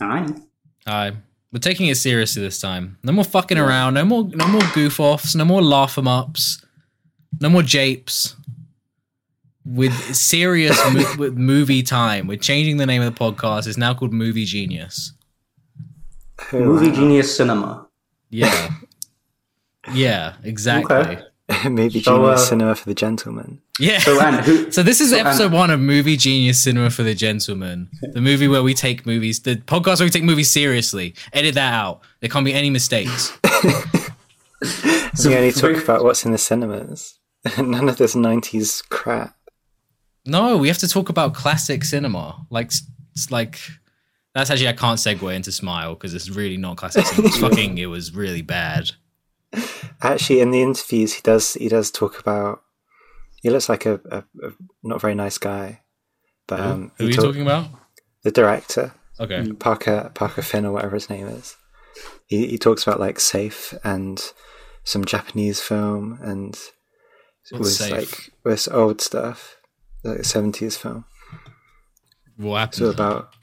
Aye. Aye. We're taking it seriously this time. No more fucking around. No more no more goof offs. No more laugh em ups. No more japes. With serious mo- with movie time. We're changing the name of the podcast. It's now called Movie Genius. Movie Genius Cinema. Yeah. yeah, exactly. Okay. Movie So, Genius uh, Cinema for the Gentleman. Yeah. So, and who? So this is So, um, episode one of Movie Genius Cinema for the Gentleman, the movie where we take movies, the podcast where we take movies seriously. Edit that out. There can't be any mistakes. So we only very- talk about what's in the cinemas. None of this 90s crap. No, we have to talk about classic cinema. Like, it's like that's actually I can't segue into Smile because it's really not classic cinema. It's fucking, it was really bad. Actually, in the interviews, he does he does talk about. He looks like a, a, a not very nice guy, but um, Who are you talk- Mm. talking about? the director Okay. Parker Parker Finn or whatever his name is. He he talks about like Safe and some Japanese film and it What's was Safe? like was old stuff, like seventies film. What So happened? about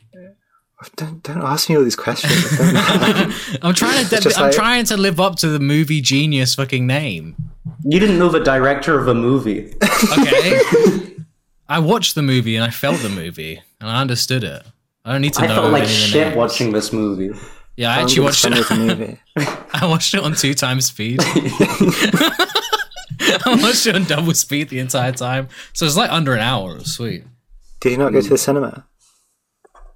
don't don't ask me all these questions. I don't know. I'm trying to. just I'm like- trying to live up to the movie genius fucking name. You didn't know the director of a movie. Okay. I watched the movie and I felt the movie and I understood it. I don't need to I know. felt like any of the shit names. watching this movie. Yeah, I Um, I'm actually gonna watched spend it. with the movie. I watched it on two times speed. I watched it on double speed the entire time, so it's like under an hour. It was sweet. Did you not go to the Mm. cinema?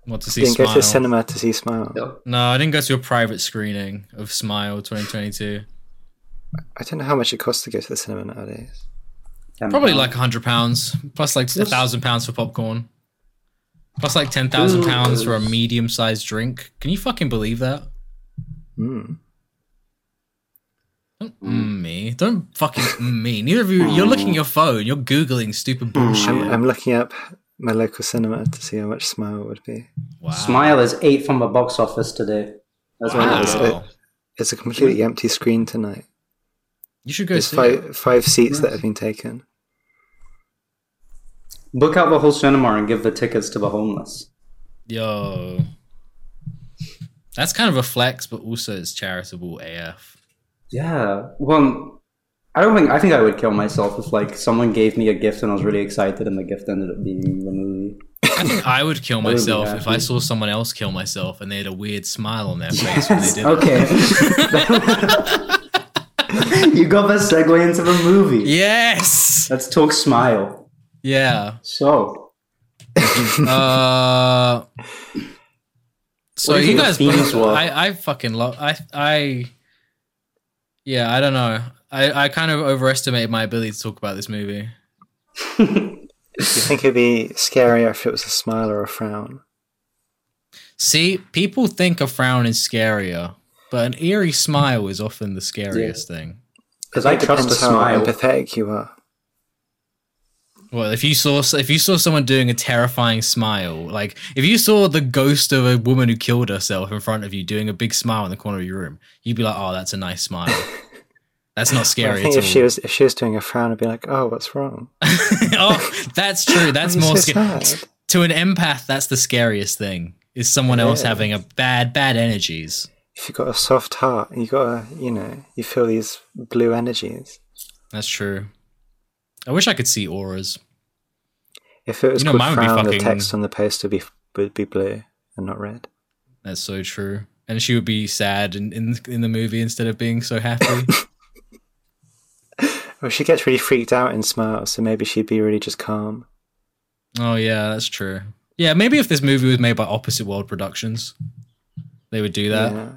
Want to see Didn't Smile? go to the cinema to see Smile. No. No, I didn't go to a private screening of Smile 2022. I don't know how much it costs to go to the cinema nowadays. Damn Probably it. like hundred pounds, plus like a thousand pounds for popcorn, plus like ten thousand pounds for a medium-sized drink. Can you fucking believe that? Mm. Don't mm me. Don't fucking mm me. Neither of you. You're looking at your phone. You're googling stupid bullshit. I'm looking up my local cinema to see how much Smile would be. Wow. Smile is eight from the box office today. That's what it is. Wow. It's a completely empty screen tonight. You should go There's see. it. five, five seats that have been taken. Book out the whole cinema and give the tickets to the homeless. Yo. That's kind of a flex, but also it's charitable AF. Yeah. Well, I don't think I think I would kill myself if like someone gave me a gift and I was really excited and the gift ended up being the movie. I think I would kill would be myself if I happy. saw someone else kill myself and they had a weird smile on their face when they did it. Okay. you got the segue into the movie. Yes. Let's talk smile. Yeah. So, Uh, so What do you you think the guys, themes were? I, I fucking love. I I. Yeah, I don't know. I, I kind of overestimated my ability to talk about this movie. Do you think it'd be scarier if it was a smile or a frown? See, people think a frown is scarier, but an eerie smile is often the scariest thing. because I It depends trust the how smile. empathetic you are. Well, if you saw if you saw someone doing a terrifying smile, like if you saw the ghost of a woman who killed herself in front of you doing a big smile in the corner of your room, you'd be like, "Oh, that's a nice smile. That's not I scary think at all." if she was if she was doing a frown, I'd be like, "Oh, what's wrong?" oh, that's true. That's I'm more so scary. sad. To an empath, that's the scariest thing. Is someone else Yeah. having a bad bad energies. If you've got a soft heart and you got a, you know, you feel these blue energies. That's true. I wish I could see auras. If it was You know, mine called would be frown, the fucking- text on the post would be would be blue and not red. That's so true. And she would be sad in in, in the movie instead of being so happy. Well, she gets really freaked out in smile, so maybe she'd be really just calm. Oh yeah, that's true. Yeah, maybe if this movie was made by Opposite World Productions, they would do that. Yeah.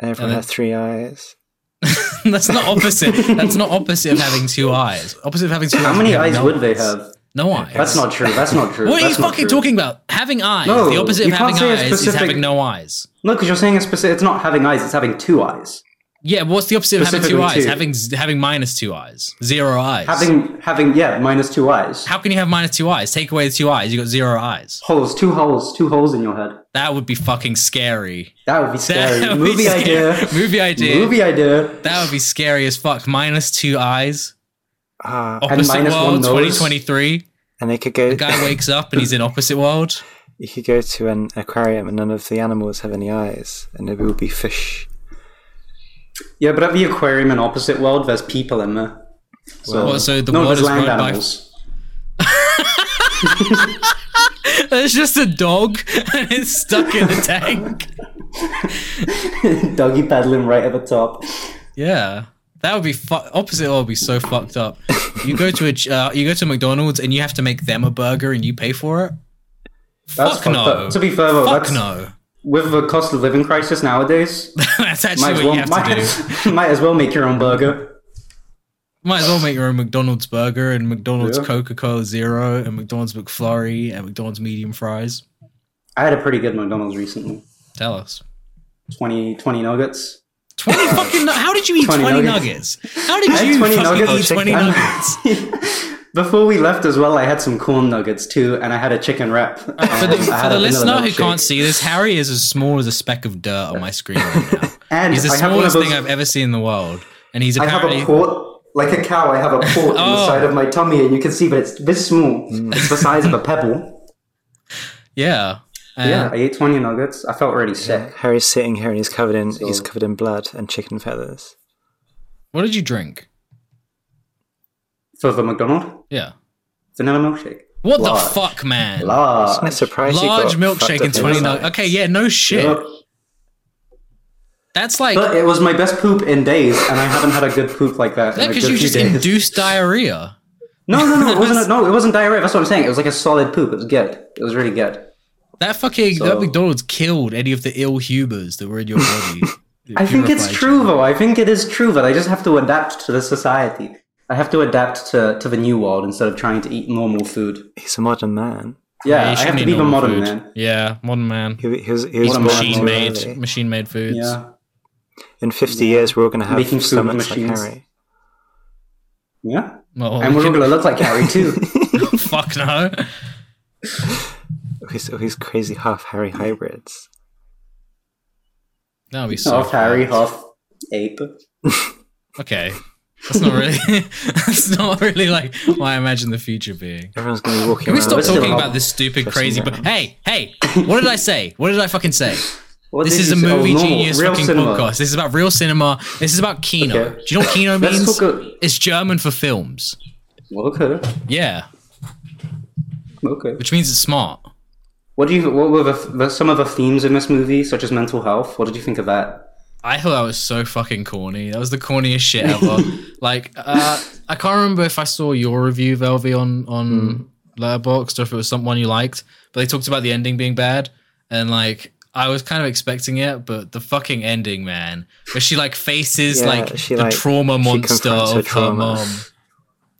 And everyone then- has three eyes. that's not opposite. that's not opposite of having two eyes. Opposite of having two. How eyes many you eyes no would they have? No eyes. That's not true. That's not true. What are you That's not fucking true. talking about? Having eyes. No, the opposite you of can't having say a eyes is specific- having no eyes. No, because you're saying a specific. It's not having eyes. It's having two eyes. Yeah, what's the opposite of having two Specifically eyes? two. Having having minus two eyes. Zero eyes. Having having yeah minus two eyes. How can you have minus two eyes? Take away the two eyes, you got zero eyes. Holes, two holes, two holes in your head. That would be fucking scary. That would be scary. That would be movie, scary. idea. Movie idea. Movie idea. That would be scary as fuck. Minus two eyes. Ah, Opposite minus one world nose. 2023. and they could go. Guy wakes up and he's in opposite world. you could go to an aquarium and none of the animals have any eyes, and it would be fish. Yeah, but at the aquarium in opposite world, there's people in there. So, What, so the no, world there's is land run by- animals. It's just a dog and it's stuck in the tank. Doggy paddling right at the top. Yeah, that would be fu- opposite. World would be so fucked up. You go to a ch- uh, you go to McDonald's and you have to make them a burger and you pay for it. That's Fuck fucked no. up. To be fair, though, Fuck that's, no. with the cost of living crisis nowadays, That's actually might as what well you have might, to do. might as well make your own burger. Might as well make your own McDonald's burger and McDonald's Yeah. Coca Cola Zero and McDonald's McFlurry and McDonald's medium fries. I had a pretty good McDonald's recently. Tell us. 20, 20 nuggets. 20 fucking nu- How did you eat 20, 20 nuggets? How did I had you 20 fucking nuggets. eat 20 I'm- nuggets? Before we left as well, I had some corn nuggets too, and I had a chicken wrap. For Uh, For the, for the listener who can't see this, Harry is as small as a speck of dirt on my screen right now. and He's the I have one of smallest those, thing I've ever seen in the world. And he's I have apparently. a port, like a cow, I have a port on Oh. Mm. the side of my tummy, and you can see that it's this small. It's the size of a pebble. yeah. Uh, yeah, I ate 20 nuggets. I felt really sick. Harry's sitting here and he's covered in he's So- covered in blood and chicken feathers. What did you drink? For the McDonald, Yeah. vanilla milkshake. What the Large. fuck, man? Isn't it Large. surprising? Large milkshake and 20 nuggets. Okay, yeah, no shit. That's like. But it was my best poop in days, and I haven't had a good poop like that. in a because good you few just days. induced diarrhea. No, no, no, it wasn't. No, it wasn't diarrhea. That's what I'm saying. It was like a solid poop. It was good. It was really good. That fucking So- that McDonald's killed any of the ill humors that were in your body. It I think it's purified true, though. I think it is true that I just have to adapt to the society. I have to adapt to, to the new world instead of trying to eat normal food. He's a modern man. you. Yeah, you I have shouldn't to eat be the normal modern food. man. Yeah, modern man. He, he was, he was Eats modern man. machine made, morally. machine made foods. Yeah, In fifty years, we're all going to have Making food with stomachs like machines. Harry. yeah. Well, And we we're all could- gonna look like Harry too. fuck no. All these, all these crazy half Harry hybrids. That would be so. half Harry, fun. half ape. Okay, that's not really. that's not really like what I imagine the future being. Everyone's going to be walking Can we around. stop still talking half- about this stupid, Just crazy? around. But hey, hey, what did I say? What did I fucking say? What This did is you a say? Oh, movie normal. genius Real fucking cinema. podcast. This is about real cinema. This is about Kino. Okay. Do you know what Kino Let's means? talk a- It's German for films. Okay, Yeah, okay. which means it's smart. What do you? What were the, the, some of the themes in this movie, such as mental health? What did you think of that? I thought that was so fucking corny. That was the corniest shit ever. like, uh, I can't remember if I saw your review, Velvy, on on Hmm. Letterboxd or if it was someone you liked. But they talked about the ending being bad, and like I was kind of expecting it, but the fucking ending, man, where she like faces Yeah, like she, the like, trauma she monster confronts her of her trauma. mom.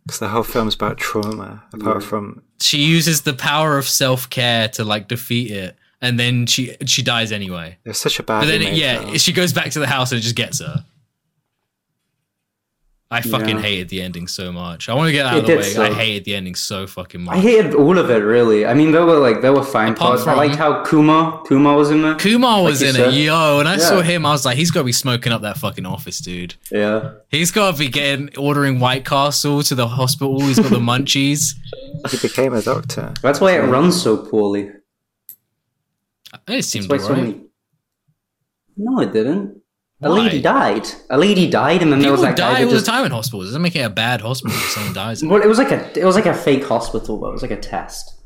Because the whole film's about trauma, apart from she uses the power of self care to like defeat it, and then she she dies anyway. it was such a bad. But then yeah, she goes back to the house and it just gets her. I fucking Yeah. hated the ending so much. I want to get out It of the did way. I suck. hated the ending so fucking much. I hated all of it, really. I mean, there were like there were fine Apart parts. from- I liked how Kuma Kuma was in there. Kumar was you in said. it, yo, and I Yeah. saw him. I was like, he's got to be smoking up that fucking office, dude. yeah, He's got to be getting ordering White Castle to the hospital. He's got the munchies. he became a doctor. that's why it runs so poorly. It That's seemed why so alright. many. No, it didn't. A Why? lady died. A lady died, and then there was People that guy die that all just. the time in hospitals. It doesn't make it a bad hospital if someone dies. in it. Well, it was like a it was like a fake hospital, but it was like a test.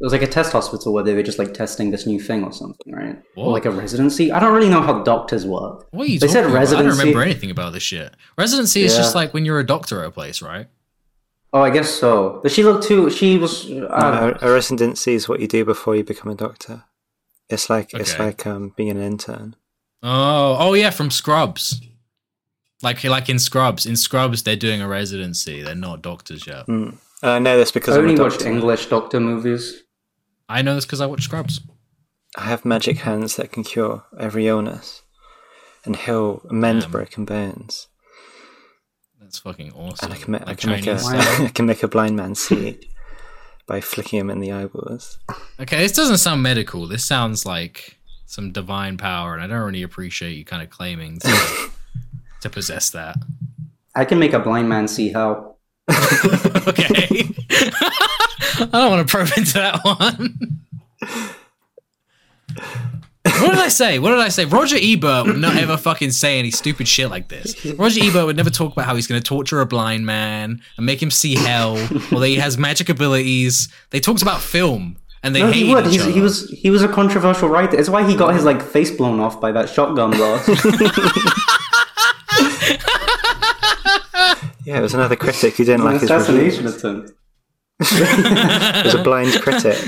It was like a test hospital where they were just like testing this new thing or something, right? Or What? like a residency. I don't really know how doctors work. What are you They talking said about? I don't residency- remember anything about this shit. Residency is Yeah. just like when you're a doctor at a place, right? Oh, I guess so. But she looked too. She was. Ah. Uh, A, a residency is what you do before you become a doctor. It's like it's Okay. like um, being an intern. Oh, oh yeah, from Scrubs. Like like in Scrubs. In Scrubs, they're doing a residency. They're not doctors yet. And I know this Uh, because I I'm a only doctor. watched English doctor movies. I know this because I watch Scrubs. I have magic hands that can cure every illness and heal, mend broken bones. That's fucking awesome. And I can, ma- I Like can make a, Chinese. style. I can make a blind man see by flicking him in the eyeballs. Okay, this doesn't sound medical. This sounds like some divine power, and I don't really appreciate you kind of claiming to, to possess that. I can make a blind man see how. Okay. I don't want to probe into that one. What did I say? What did I say? Roger Ebert would not ever fucking say any stupid shit like this. Roger Ebert would never talk about how he's going to torture a blind man and make him see hell, or that he has magic abilities. They talked about film and they No, hated he would. each He's, other. he was he was a controversial writer. It's why he got his like face blown off by that shotgun blast. Yeah, it was another critic who didn't like his reviews. assassination attempt. It was a blind critic.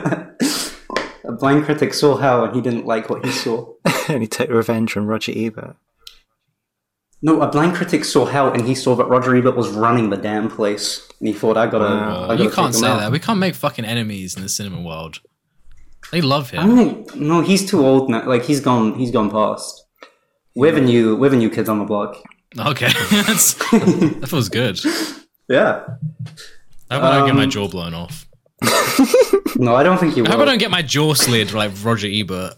A blind critic saw hell and he didn't like what he saw. and he took revenge on Roger Ebert. No, a blind critic saw hell and he saw that Roger Ebert was running the damn place, and he thought, "I gotta, I gotta you take can't him say out." that. We can't make fucking enemies in the cinema world. They love I him. don't, no, he's too old now. Like he's gone, he's gone past. We're the new, we're the new kids on the block. Okay, That's, that feels good. Yeah. I hope I don't get my Um, jaw blown off. No, I don't think you I hope I will. don't get my jaw slid like Roger Ebert.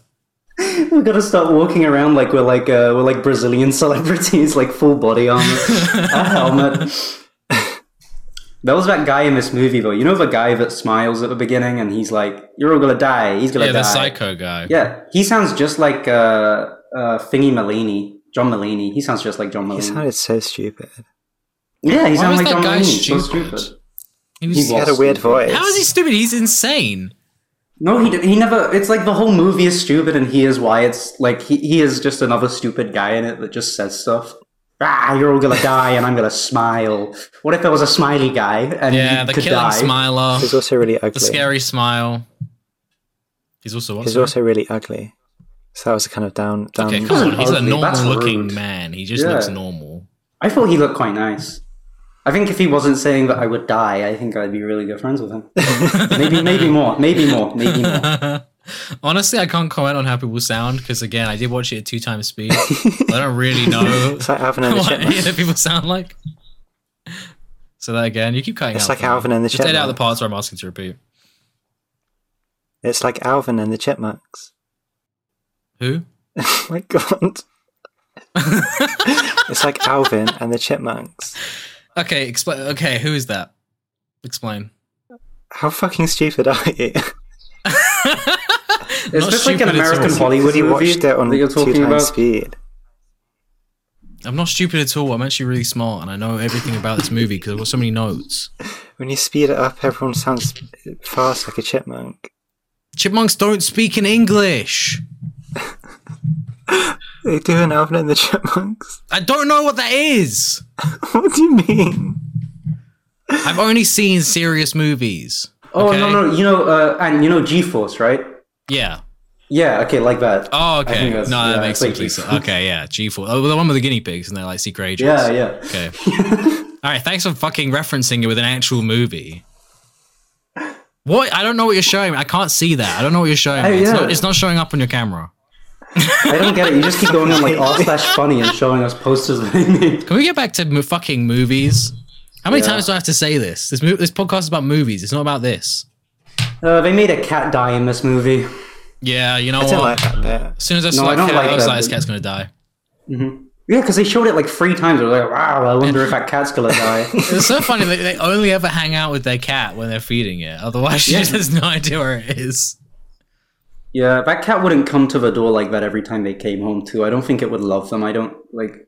We're gonna start walking around like we're like uh, we're like Brazilian celebrities, like full body armor, a helmet. That was that guy in this movie though. You know the guy that smiles at the beginning and he's like, "You're all gonna die. He's gonna Yeah, die." the psycho guy. Yeah, he sounds just like uh, uh, Thingy Malini, John Malini. He sounds just like John He Malini. sounded so stupid. yeah, he Why sounds was like that John guy Mulaney. stupid? So stupid. He He was, He had a was weird stupid. voice. how is he stupid? He's insane. No, he did, he never. It's like the whole movie is stupid, and he is why it's like he, he is just another stupid guy in it that just says stuff. Ah, you're all gonna die, and I'm gonna smile. What if there was a smiley guy and Yeah, you the could killing die? smiler, He's also really the ugly. scary smile. He's also what? He's sorry? also um, really ugly. So that was a kind of down down. okay, come on. He's a ugly, that's normal-looking rude. man. He just Yeah. looks normal. I thought he looked quite nice. I think if he wasn't saying that I would die, I think I'd be really good friends with him. maybe, maybe more, maybe more, maybe more. Honestly, I can't comment on how people sound because again, I did watch it at two times speed. I don't really know It's like Alvin and the what any of Chipmunks. the people sound like. So that again, you keep cutting It's out. like for me. Alvin and the Just edit out the Chipmunks. parts where I'm asking to repeat. It's like Alvin and the Chipmunks. Who? Oh my god. it's like Alvin and the Chipmunks. Okay, explain. Okay, who is that? Explain. How fucking stupid are you? Is Not this like an stupid, it's American all- Hollywood Because you movie watched it on that you're two talking times about? speed. I'm not stupid at all. I'm actually really smart, and I know everything about this movie because I've got so many notes. When you speed it up, everyone sounds fast like a chipmunk. Chipmunks don't speak in English. They do an Alvin and the Chipmunks. I don't know what that is. What do you mean? I've only seen serious movies. Oh okay? no, no, you know, uh, and you know, G-force, right? Yeah. Yeah, okay, like that. Oh, okay. think No, that's- that yeah, it's makes like complete sense. G4. Okay, yeah. G4. Oh, the one with the guinea pigs, and they're like secret agents. yeah, yeah. Okay. All right. Thanks for fucking referencing it with an actual movie. What? I don't know what you're showing me. I can't see that. I don't know what you're showing me. Hey, It's, yeah. not, it's not showing up on your camera. I don't get it. You just keep going on like r slash funny and showing us posters that they made. Can we get back to mo- fucking movies? How many Yeah. times do I have to say this? This mo- this podcast is about movies. It's not about this. Uh, they made a cat die in this movie. Yeah, you know I what? don't like that bit. as soon as I I saw that don't cat, like I was that like, this bit. cat's gonna die. Yeah, because they showed it like three times. I was like, wow, I wonder if that cat's gonna die. It's so funny that they only ever hang out with their cat when they're feeding it. Otherwise, she just has no idea where it is. yeah, that cat wouldn't come to the door like that every time they came home too. I don't think it would love them. I don't like.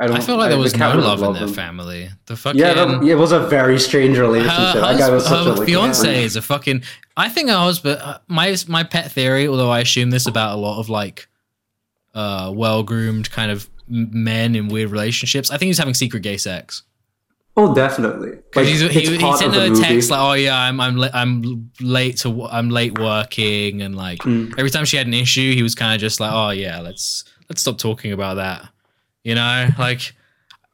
I don't. I feel like there the was cat no wouldn't love in their them. family. The fucking Yeah, that, it was a very strange relationship. her, that guy was hus- such her a like, fiance is a fucking. I think her husband. uh, My my pet theory, although I assume this about a lot of like, uh, well groomed kind of m- men in weird relationships. I think he's having secret gay sex. Oh, definitely. Like, Because he's, it's he, he part sent of her the a movie. text like, "Oh yeah, I'm I'm, li- I'm late to w- I'm late working," and like Hmm. every time she had an issue, he was kind of just like, "Oh yeah, let's let's stop talking about that," you know, like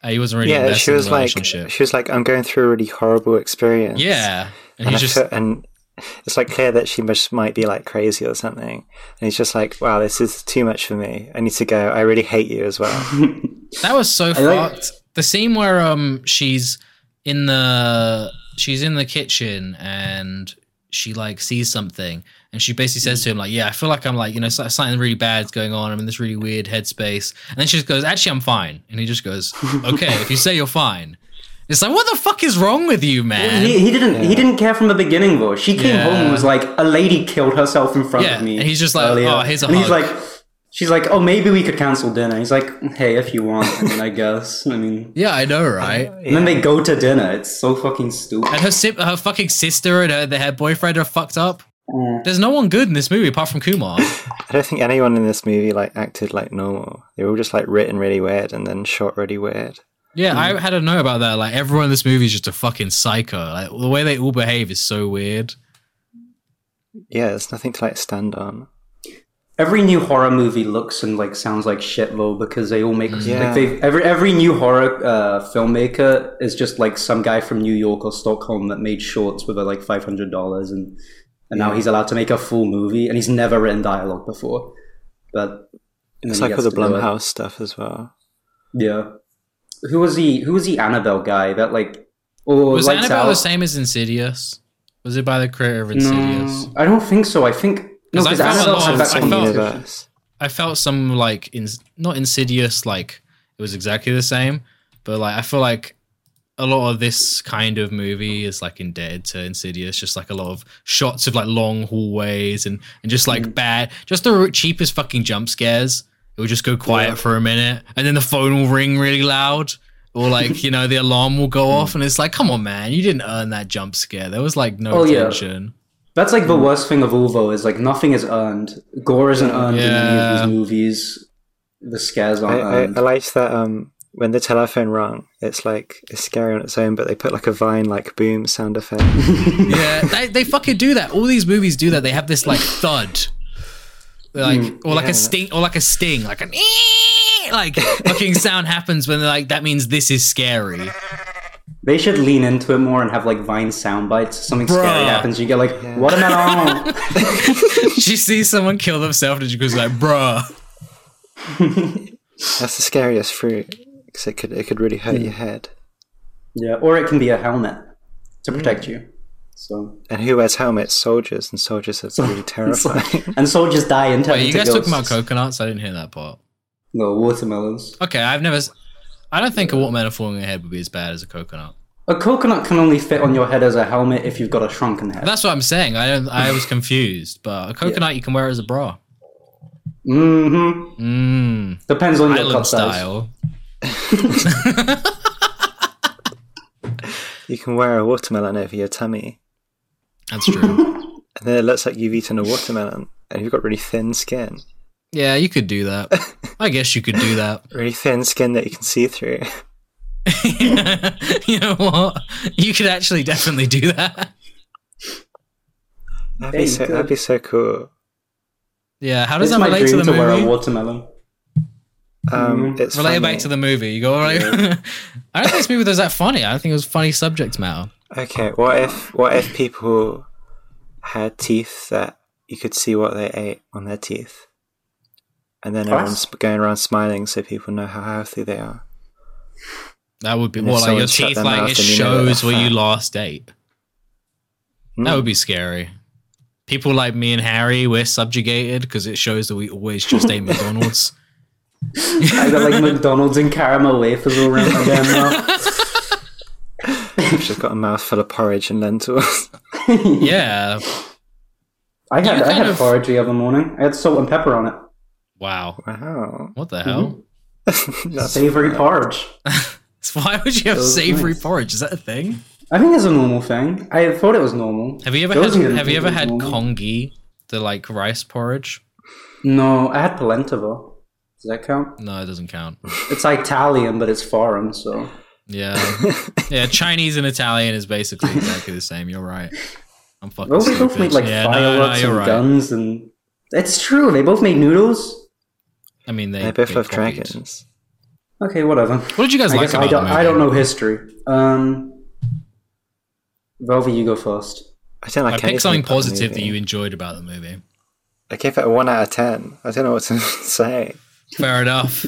uh, he wasn't really Yeah, invested she in was the like, relationship. she was like, I'm going through a really horrible experience. yeah, and and, he's I just feel- and it's like clear that she must might be like crazy or something. And he's just like, wow, this is too much for me. I need to go. I really hate you as well. That was so like- fucked. The scene where um she's in the she's in the kitchen and she like sees something and she basically says to him like, "Yeah, I feel like I'm like you know so- something really bad's going on. I'm in this really weird headspace." And then she just goes, "Actually, I'm fine." And he just goes, "Okay, if you say you're fine." It's like, what the fuck is wrong with you, man? He, he didn't. He didn't care from the beginning though. She came Yeah. home and was like, "A lady killed herself in front Yeah, of me." and he's just like, earlier." "Oh, here's a And he's hug." like, she's like, "Oh, maybe we could cancel dinner." He's like, "Hey, if you want, I mean, I guess." I mean, yeah, I know, right? and then they go to dinner. It's so fucking stupid. And her si- her fucking sister and her, her boyfriend are fucked up. There's no one good in this movie apart from Kumar. I don't think anyone in this movie like acted like normal. They were all just like written really weird and then shot really weird. Yeah, I had a know about that. Like everyone in this movie is just a fucking psycho. Like the way they all behave is so weird. Yeah, there's nothing to like stand on. Every new horror movie looks and like sounds like shit though because they all make Yeah. like they every every new horror uh, filmmaker is just like some guy from New York or Stockholm that made shorts with uh, like five hundred dollars and and now he's allowed to make a full movie and he's never written dialogue before. But and It's then like he all the gets to do it. Blumhouse stuff as well. Yeah. Who was he? Who was the Annabelle guy? That like or Was Lights Annabelle Out? the same as Insidious? Was it by the creator of Insidious? No, I don't think so. I think no, 'Cause I because felt a Annabelle lot had of- that I Same felt- competition. universe. I felt some like in not Insidious like it was exactly the same, but like I feel like a lot of this kind of movie is like indebted to Insidious, just like a lot of shots of like long hallways and and just Mm. like bad, just the cheapest fucking jump scares. It would just go quiet for a minute, and then the phone will ring really loud, or like you know the alarm will Mm. go off, and it's like, come on, man, you didn't earn that jump scare. There was like no Oh, yeah. tension. That's like the worst thing of all though is like nothing is earned. Gore isn't earned in any Hmm. Yeah. of these movies. The scares I, aren't I, I earned. liked that um, when the telephone rang, it's like it's scary on its own, but they put like a vine like boom sound effect. yeah, they, they fucking do that. All these movies do that. They have this like thud, like or like a sting, or like a sting, like an "Ee!" like fucking sound happens when they're like that means this is scary. They should lean into it more and have like Vine sound bites. Something scary Bruh. happens, you get like watermelon. she sees someone kill themselves and she goes like, "Bruh." That's the scariest fruit because it could it could really hurt your head. yeah, or it can be a helmet to protect Hmm. you. So And who wears helmets? Soldiers and soldiers are really terrifying. and soldiers die in turn Wait, you into guys talking about ghosts. coconuts? I didn't hear that part. No watermelons. Okay, I've never. s- I don't think a watermelon falling on your head would be as bad as a coconut. A coconut can only fit on your head as a helmet if you've got a shrunken head. That's what I'm saying. I don't. I was confused, but a coconut you can wear as a bra. Mm-hmm. Mmm. Depends on your Island cut size. style. you can wear a watermelon over your tummy, That's true. and then it looks like you've eaten a watermelon, and you've got really thin skin, Yeah, you could do that. I guess you could do that. really thin skin that you can see through. you know what? You could actually definitely do that. That'd Yeah, be you so. That'd could. be so cool. Yeah, how It's does that my relate dream to to, the wear a movie? watermelon. Um, Mm-hmm. It's Relate it funny. back to the movie. You go. Like, I don't think this movie was that funny. I don't think it was funny subject matter. Okay, what if what if people had teeth that you could see what they ate on their teeth, and then everyone's going around smiling so people know how healthy they are. That would be if well, like someone your shut teeth, their like mouth it and you know that they're shows where you fat. last ate. That Mm. would be scary. People like me and Harry, we're subjugated because it shows that we always just ate McDonald's. I got like McDonald's and caramel wafers all around my damn mouth. I've just got a mouthful of porridge and lentils. yeah. I had You I kind had of- porridge the other morning. I had salt and pepper on it. Wow. Wow, What the hell? That's- Savory porridge. Why would you Mm-hmm. have was savory nice. porridge? Is that a thing? I think it's a normal thing. I thought it was normal. Have you ever Josie had didn't Have you think ever it was had normal. congee, the like rice porridge? No, I had polenta though. Does that count? No, it doesn't count. It's Italian, but it's foreign, so Yeah, yeah. Chinese and Italian is basically exactly the same. You're right. I'm fucking. Well, they both stupid. made like yeah, no, no, fireworks you're and right. guns, and it's true. They both made noodles. I mean, they, They both they love copied. dragons. Okay, whatever. What did you guys I like guess I about don't. the movie? I don't know history. Um, Velvet, you go first. I don't I like. anything picked something about the positive that movie. you enjoyed about the movie. I gave it a one out of ten. I don't know what to say. Fair enough.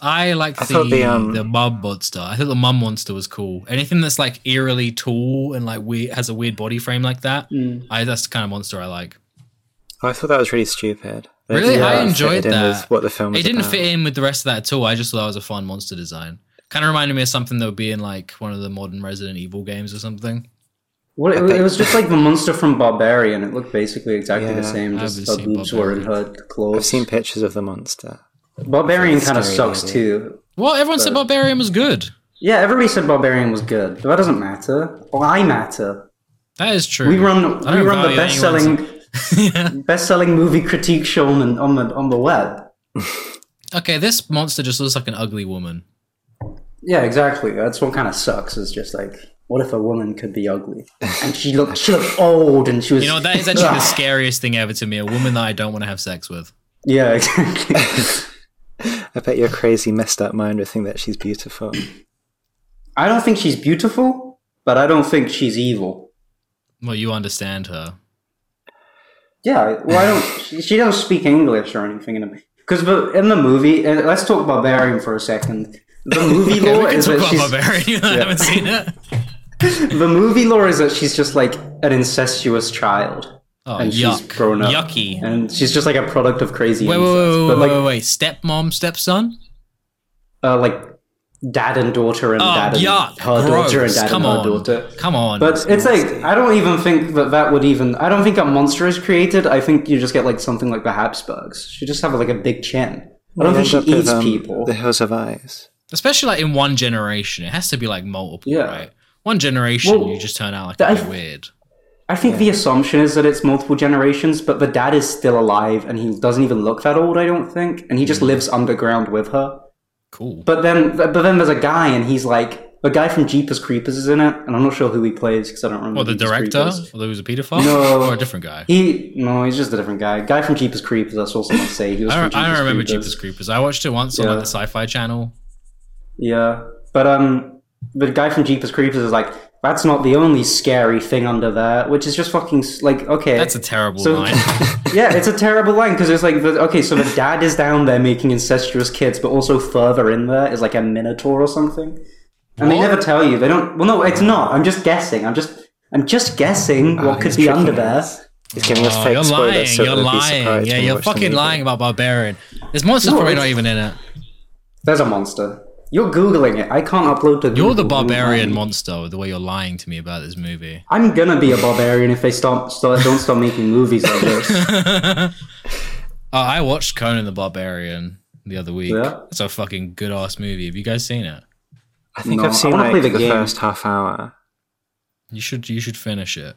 I like I the thought the, the, um, mum monster. I thought the mum monster was cool. Anything that's like eerily tall and like weird has a weird body frame like that. Mm. I that's the kind of monster I like. Oh, I thought that was really stupid. I don't Really? think I that fitted enjoyed in with that. What the film? It was didn't about. fit in with the rest of that at all. I just thought that was a fun monster design. Kind of reminded me of something that would be in like one of the modern Resident Evil games or something. Well, I it, think- it was just like the monster from Barbarian. It looked basically exactly the Yeah, same. I Just her haven't seen boobs were in her claws. I've seen pictures of the monster. Barbarian It's kind of very sucks easy. too. Well, everyone said Barbarian was good. Yeah, everybody said Barbarian was good, but that doesn't matter. Well, I matter. That is true. We run Hmm. I we don't run the value best anyone's- selling best selling movie critique show on the, on the on the web. okay, this monster just looks like an ugly woman. Yeah, exactly. That's what kind of sucks. Is just like, what if a woman could be ugly? And she looked she looked old, and she was. You know, that is actually the scariest thing ever to me. A woman that I don't want to have sex with. yeah, exactly. I bet your crazy, messed up mind would think that she's beautiful. I don't think she's beautiful, but I don't think she's evil. Well, you understand her. Yeah, well, I don't. she, she don't speak English or anything. Because the, in the movie, and let's talk barbarian for a second. The movie Yeah, we lore can is talk that about she's, Barbarian. You haven't seen it. the movie lore is that she's just like an incestuous child, Oh, And she's yuck. grown up. Yucky. and she's just like a product of crazy. Wait, wait, incest. wait, wait, but like, wait, wait. Stepmom, stepson? uh, like dad and daughter and Oh, dad and yuck. her Gross. daughter and dad Come and her on. daughter. Come on. But it's like I don't even think that that would even. I don't think a monster is created. I think you just get like something like the Habsburgs. She just have like a big chin. I don't You think she end up with, eats um, people. The Hills of Eyes. Especially like in one generation. It has to be like multiple, Yeah. right? One generation, Well, you just turn out like that- a bit weird. I think the assumption is that it's multiple generations, but the dad is still alive and he doesn't even look that old. I don't think, and he Mm. just lives underground with her. Cool. But then, but then there's a guy and he's like the guy from Jeepers Creepers is in it, and I'm not sure who he plays because I don't remember. Or the Jeepers director? Creepers. Or there was a pedophile? No. Or a different guy? He no, he's just a different guy. Guy from Jeepers Creepers. I saw someone say he was. I from don't, I Jeepers don't remember Creepers. Jeepers Creepers. I watched it once on like Yeah. the Sci Fi Channel. Yeah, but um, the guy from Jeepers Creepers is like, that's not the only scary thing under there, which is just fucking s- like okay. That's a terrible So- line. yeah, it's a terrible line because it's like the, okay, so the dad is down there making incestuous kids, but also further in there is like a minotaur or something, and they What? never tell you. They don't. Well, no, it's not. I'm just guessing. I'm just. I'm just guessing Ah, Oh, what could he's be tricking under there. us. He's giving us Oh, fake you're spoilers, lying. so you're that we'll be lying. surprised Yeah, when we you're watch the fucking movie. lying about Barbarian. This monster's No, probably it's- not even in it. There's a monster. You're googling it. I can't upload to. You're Google. the barbarian I'm- monster. The way you're lying to me about this movie. I'm gonna be a barbarian if they stop, start, don't stop making movies like this. Oh, I watched Conan the Barbarian the other week. Yeah? It's a fucking good ass movie. Have you guys seen it? I think No, I've I seen wanna like play the the, game. first half hour. You should. You should finish it.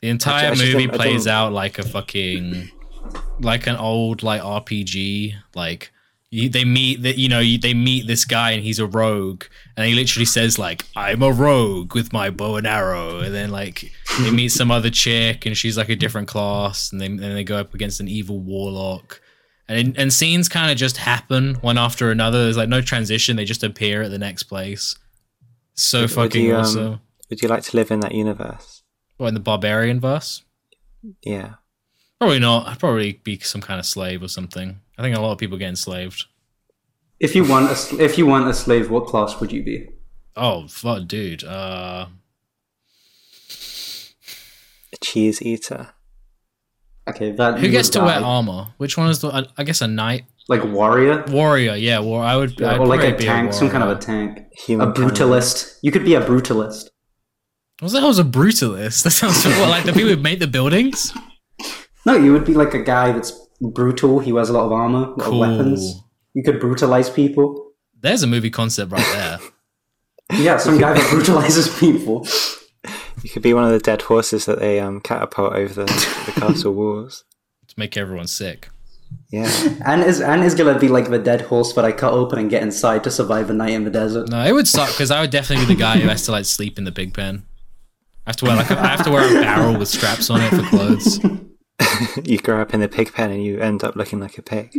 The entire actually movie didn't- I plays didn't- out like a fucking, like an old like RPG. Like you, they meet that you know you, they meet this guy and he's a rogue and he literally says like I'm a rogue with my bow and arrow and then like they meet some other chick and she's like a different class and then then they go up against an evil warlock. And, and scenes kind of just happen one after another. There's like no transition; they just appear at the next place. So fucking you, um, awesome. Would you like to live in that universe? What, in the barbarian verse? Yeah. Probably not. I'd probably be some kind of slave or something. I think a lot of people get enslaved. If you want a sl- if you want a slave, what class would you be? Oh, fuck, dude. Uh, A cheese eater. Okay, that who you gets would to die. wear armor? Which one is the? I, I guess a knight, like warrior warrior. Yeah, war. I would. I'd or like a probably be tank, some kind of warrior. a tank, Human a brutalist. You could be a brutalist. What the hell's a brutalist? That sounds what, like the people who make the buildings. No, you would be like a guy that's brutal. He wears a lot of armor, a lot Cool. of weapons. You could brutalize people. There's a movie concept right there. Yeah, some guy that brutalizes people. You could be one of the dead horses that they um, catapult over the, the castle walls. to make everyone sick. Yeah. And is and is gonna be like the dead horse that I cut open and get inside to survive a night in the desert. No, it would suck because I would definitely be the guy who has to like sleep in the pig pen. I have to wear like a, I have to wear a barrel with straps on it for clothes. you grow up in the pig pen and you end up looking like a pig.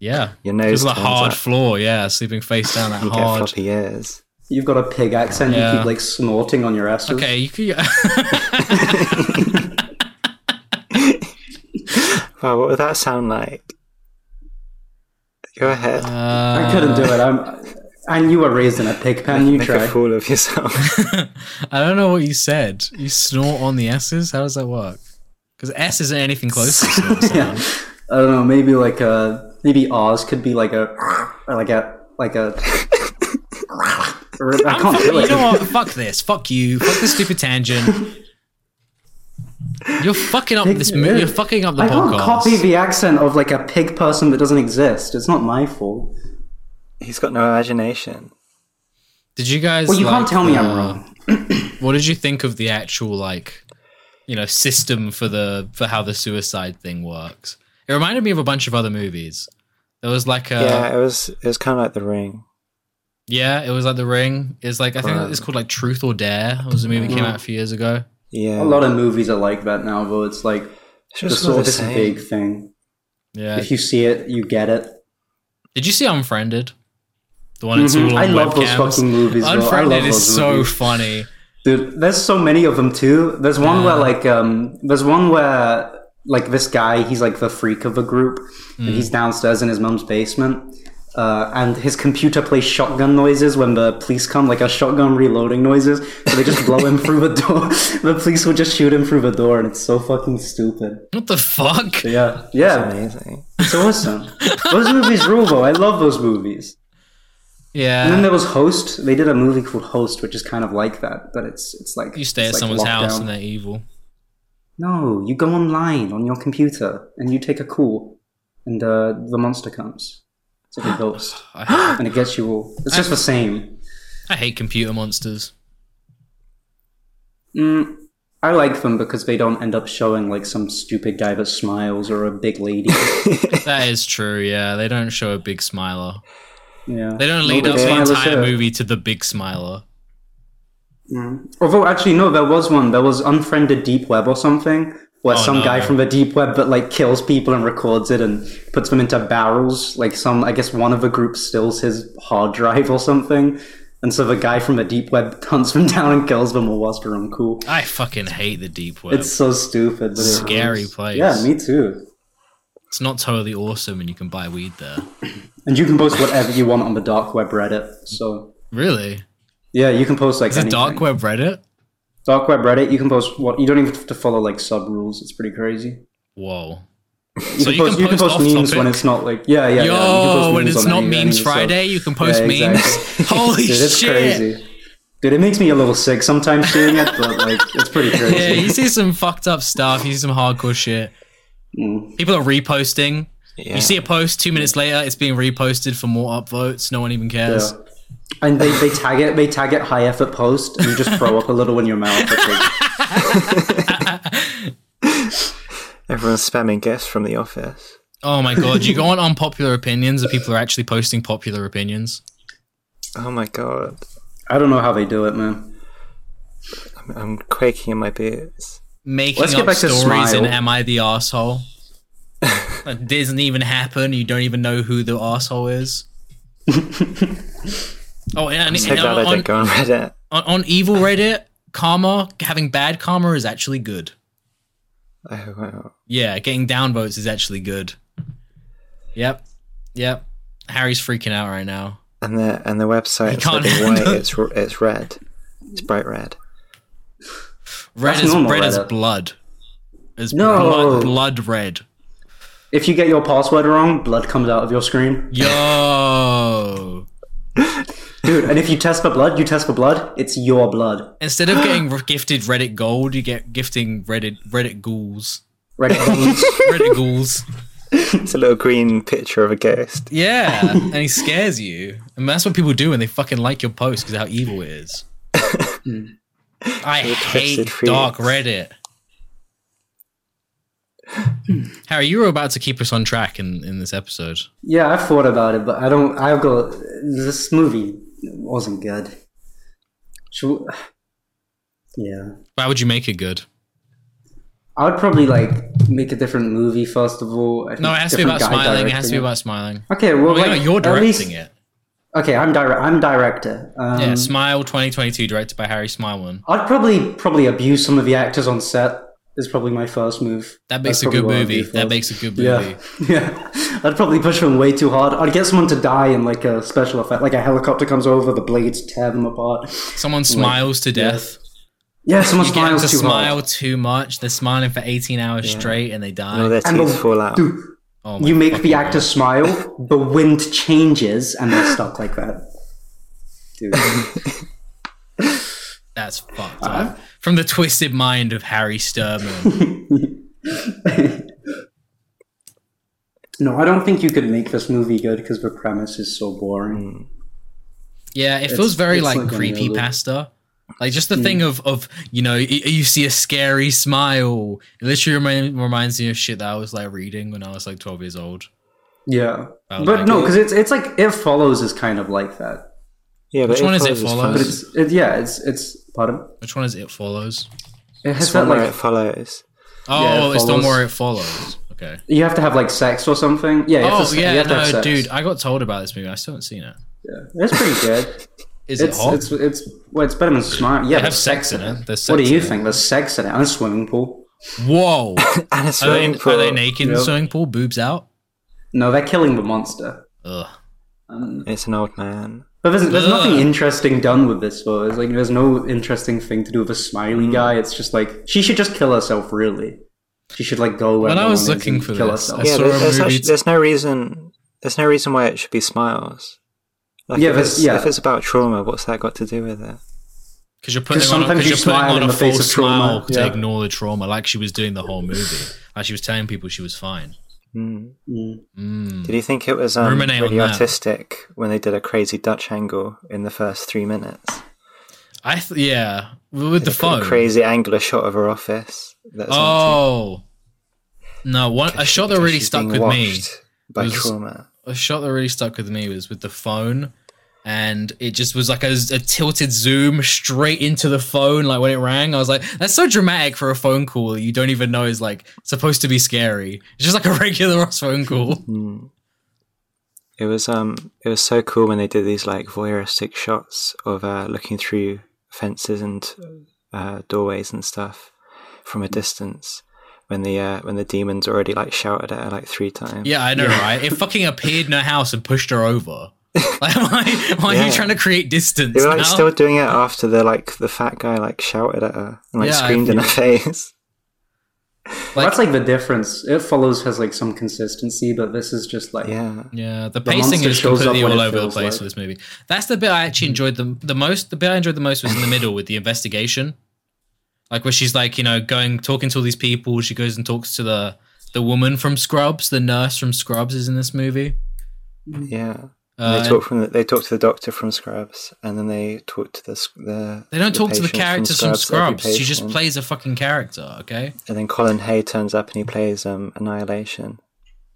Yeah. Your It's nose a turns hard up. floor, yeah. Sleeping face down, that You get hard. floppy ears. You've got a pig accent. Yeah. You keep like snorting on your asses. Okay, you could. Wow, what would that sound like? Go ahead. Uh, I couldn't do it. I'm. I knew I raised in a pig pen. You Make a tried. fool of yourself. I don't know what you said. You snort on the S's. How does that work? Because S isn't anything close. to snort sound. yeah. I don't know. uh, Maybe like a maybe Oz could be like a or like a like a I can't I'm fucking- do you it. know what? Fuck this. Fuck you. Fuck this stupid tangent. You're fucking up this. Mo- you're fucking up the I can't podcast. copy the accent of like a pig person that doesn't exist. It's not my fault. He's got no imagination. Did you guys? Well, you can't like, tell me I'm uh, wrong. What did you think of the actual like, you know, system for the for how the suicide thing works? It reminded me of a bunch of other movies. There was like a yeah, yeah, it was it was kind of like The Ring. it was like The Ring. It's like I think it's called like Truth or Dare. It was a movie that came Mm. out a few years ago. Yeah, A lot of movies are like that now, though. It's like it's just just all sort the of this same. big thing. Yeah. If you see it, you get it. Did you see Unfriended? The one that's Mhm. all on I love webcams. those fucking movies. though. I Unfriended love is those so movies. funny. Dude, there's so many of them too. There's one where like um there's one where like this guy, he's like the freak of the group and Mm. he's downstairs in his mum's basement. Uh, and his computer plays shotgun noises when the police come, like a shotgun reloading noises. So they just blow him through the door. the police would just shoot him through the door, and it's so fucking stupid. What the fuck? But yeah, yeah, Amazing. it's awesome. those movies rule, though. I love those movies. And then Yeah. there was Host. They did a movie called Host, which is kind of like that, but it's it's like You stay it's like at someone's house lockdown. and they're evil. No, you go online on your computer and you take a call, and uh, the monster comes. It's like a ghost, I, and it gets you all. It's just the same. I hate computer monsters. Mm, I like them because they don't end up showing like some stupid guy that smiles or a big lady. That is true. Yeah, they don't show a big smiler. Yeah, They don't lead Nobody up the smiles entire here. movie to the big smiler. Although, actually, no, there was one. There was Unfriended Deep Web or something, where Oh, some no. guy from the deep web that like kills people and records it and puts them into barrels. Like some, I guess one of the group steals his hard drive or something, and so the guy from the deep web hunts them down and kills them all whilst they're on cool. I fucking hate the deep web. It's It's, so stupid. But it Scary rules. place. Yeah, me too. not totally awesome, and you can buy weed there. And you can post whatever you want on the dark web Reddit. So Really? yeah, you can post like Is it anything. dark web Reddit? dark web Reddit. You can post what you don't even have to follow like sub rules. It's pretty crazy. Whoa. You So can post, you can post off memes when topic? it's not like yeah yeah. yeah. You can post Yo, when memes it's on not any- any memes stuff. Friday, you can post Yeah, exactly. memes. Holy Dude, it's shit! crazy. Dude, it makes me a little sick sometimes seeing it, but like it's pretty crazy. Yeah, you see some fucked up stuff. You see some hardcore shit. Mm. People are reposting. Yeah. You see a post two minutes later, it's being reposted for more upvotes. No one even cares. Yeah. And they, they tag it they tag it high effort post and you just throw up a little in your mouth. It's like, Everyone's spamming guests from the office. Oh my god, you go on unpopular opinions, and people are actually posting popular opinions. Oh my god, I don't know how they do it, man. I'm, I'm quaking in my boots. Making Let's get up back to stories Smile. and am I the asshole? that doesn't even happen. You don't even know who the asshole is. oh, and, and So glad I on, didn't go on Reddit. on, on evil Reddit, karma having bad karma is actually good. Oh wow. Yeah, getting downvotes is actually good. Yep, yep. Harry's freaking out right now. And the and the website can't instead of handle white, it. it's r- it's red. It's bright red. Red That's is normal, red is Reddit. blood. Is No. blood, blood red. If you get your password wrong, blood comes out of your screen. Yo. Dude, and if you test for blood, you test for blood, it's your blood. Instead of getting gifted Reddit gold, you get gifting Reddit Reddit ghouls. Right? Reddit ghouls. It's a little green picture of a ghost. Yeah, and he scares you. And that's what people do when they fucking like your post because how evil it is. Hmm. I hate twisted dark feelings. Reddit. Harry, you were about to keep us on track in, in this episode. yeah, I've thought about it, but I don't I've got this movie wasn't good. Should we- yeah. Why would you make it good? I would probably like make a different movie first of all. I think No, it has to be about different guy smiling. It has to be directing about smiling. it. Okay, well, Well, like, no, you're at least- directing it. Okay, I'm dire- I'm director. Um, Yeah, Smile 2022, directed by Harry Smileman. I'd probably probably abuse some of the actors on set. Is probably my first move. That's That makes a good probably what I'd movie. do first. That makes a good movie. Yeah, yeah. I'd probably push them way too hard. I'd get someone to die in like a special effect, like a helicopter comes over, the blades tear them apart. Someone smiles to death. Yeah, someone You get them smiles to too smile hard. too much. They're smiling for 18 hours straight and they die. All their And the- teeth fall out. Dude, oh my you make fucking the God. actor smile, the wind changes, and they're stuck like that. dude. That's fucked Uh-huh. up. From the twisted mind of Harry Sturman. no, I don't think you could make this movie good because the premise is so boring. Yeah, it It's- feels very it's like, like Hmm. any creepy other- pasta. Like just the thing of of you know y- you see a scary smile. It literally remi- reminds me of shit that I was like reading when I was like twelve years old. Yeah, I but like no, it. because it's it's like it follows is kind of like that. Yeah, but Which one is it, Follows? But fun. it's it, yeah, it's it's pardon. Which one is it follows? It has It's that one where like it follows. Oh, Yeah, It it's the one Follows. where it follows. Okay. you have to have like sex or something. Yeah. You have Oh to, you yeah, have to have no, sex. dude, I got told about this movie. I still haven't seen it. Yeah, it's pretty good. Is it's it hot? it's it's well, it's better than smart. Yeah, they have there's sex in it. There's sex What do you in it. think? There's sex in it and a swimming pool. Whoa! And a Are they, swimming are pool. they naked in the Yep. swimming pool? Boobs out? No, they're killing the monster. Ugh. Um, It's an old man. but there's, there's Ugh. nothing interesting done with this though. It's like there's no interesting thing to do with a smiley Hmm. guy. It's just like she should just kill herself. Really, she should like go where When I no was one is looking and for kill this, herself. I yeah, saw a there's, there's, movie actually, t- there's no reason. There's no reason why it should be smiles. Like Yeah, if but- it's, yeah. if it's about trauma, what's that got to do with it? Because you're putting 'Cause on, a- sometimes 'cause you you're putting smile in on a the face false of trauma, smile to yeah. ignore the trauma, like she was doing the whole movie. Like she was telling people she was fine. Mm. Mm. Mm. Did you think it was um, Ruminate really on that. artistic when they did a crazy Dutch angle in the first three minutes? I th- yeah, with the A cra- phone. crazy angular shot of her office. That's meant Oh no! One to- a shot that because really she's stuck being with me. watched by was- trauma. A shot that really stuck with me was with the phone, and it just was like a, a tilted zoom straight into the phone. Like when it rang, I was like, "That's so dramatic for a phone call that you don't even know is like supposed to be scary." It's just like a regular ass phone call. Mm. It was um, it was so cool when they did these like voyeuristic shots of uh, looking through fences and uh, doorways and stuff from a distance. When the uh, when the demons already like shouted at her like three times. Yeah, I know, right? It fucking appeared in her house and pushed her over. Like, why, why are you Yeah. trying to create distance? They were like now? still doing it after the like the fat guy like shouted at her and like Yeah, I screamed in her face. Like- That's like the difference. It follows has like some consistency, but this is just like Yeah. yeah, the The pacing monster is shows up completely when all it over the feels place like- Hmm. for this movie. That's the bit I actually enjoyed the the most. The bit I enjoyed the most was in the middle with the investigation, like where she's like you know going talking to all these people. She goes and talks to the the woman from Scrubs, the nurse from Scrubs, is in this movie. Yeah. Uh, And they talk from the, they talk to the doctor from Scrubs, and then they talk to the s- the. they don't the talk to the patients characters from every Scrubs. She just patient. plays a fucking character. Okay, And then Colin Hay turns up and he plays um Annihilation.